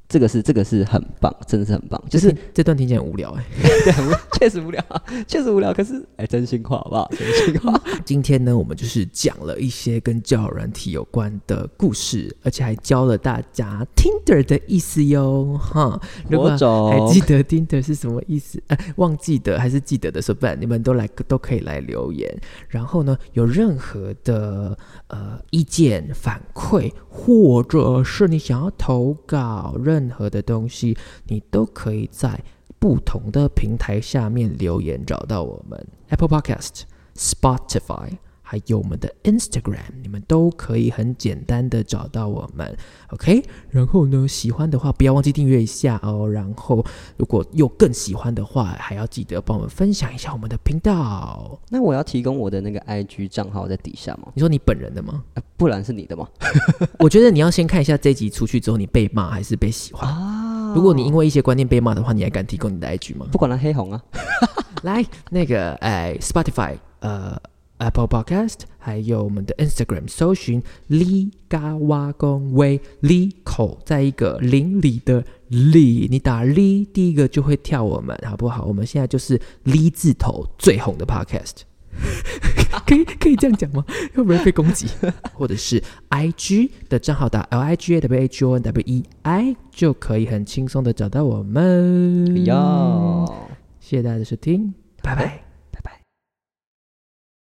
Speaker 1: 这个是这个是很棒，真的是 很棒，就
Speaker 2: 就是是这段听起来很无聊哎、
Speaker 1: 对很无确实无聊，确实无聊。可是哎、真心话好不好？真心话，
Speaker 2: 今天呢，我们就是讲了一些跟交友软体有关的故事，而且还教了大家 Tinder 的意思哟，哈。 如果
Speaker 1: 某种
Speaker 2: 还记得 Tinder 是什么意思？呃，忘记的还是记得的，说不然你们都来都可以来留言。然后呢，有任何的呃意见反馈，或者是你想要投稿任何的东西，你都可以在不同的平台下面留言找到我们，Apple Podcast、Spotify。还有我们的 Instagram，你们都可以很简单的找到我们，OK？然后呢，喜欢的话不要忘记订阅一下哦。然后，如果又更喜欢的话，还要记得帮我们分享一下我们的频道。
Speaker 1: 那我要提供我的那个 IG 账号在底下吗？
Speaker 2: 你说你本人的吗？
Speaker 1: 呃不然是你的吗？
Speaker 2: 我觉得你要先看一下这集出去之后，你被骂还是被喜欢。
Speaker 1: 啊
Speaker 2: 如果你因为一些观念被骂的话，你还敢提供你的 IG 吗？
Speaker 1: 不管了，黑红啊，
Speaker 2: 来，那个哎，Spotify，呃，Apple Podcast，还有我们的 Instagram，搜寻 Li 嘎哇公威 Li 口，在一个邻里的里，你打 Li 第一个就会跳我们，好不好？我们现在就是 Li 字头最红的 Podcast。可以可以这样讲吗？要不然被攻击。或者是 I G 的账号打 L I G A W H O N W E I 就可以很轻松的找到我们。
Speaker 1: 要
Speaker 2: 谢谢大家的收听，拜拜。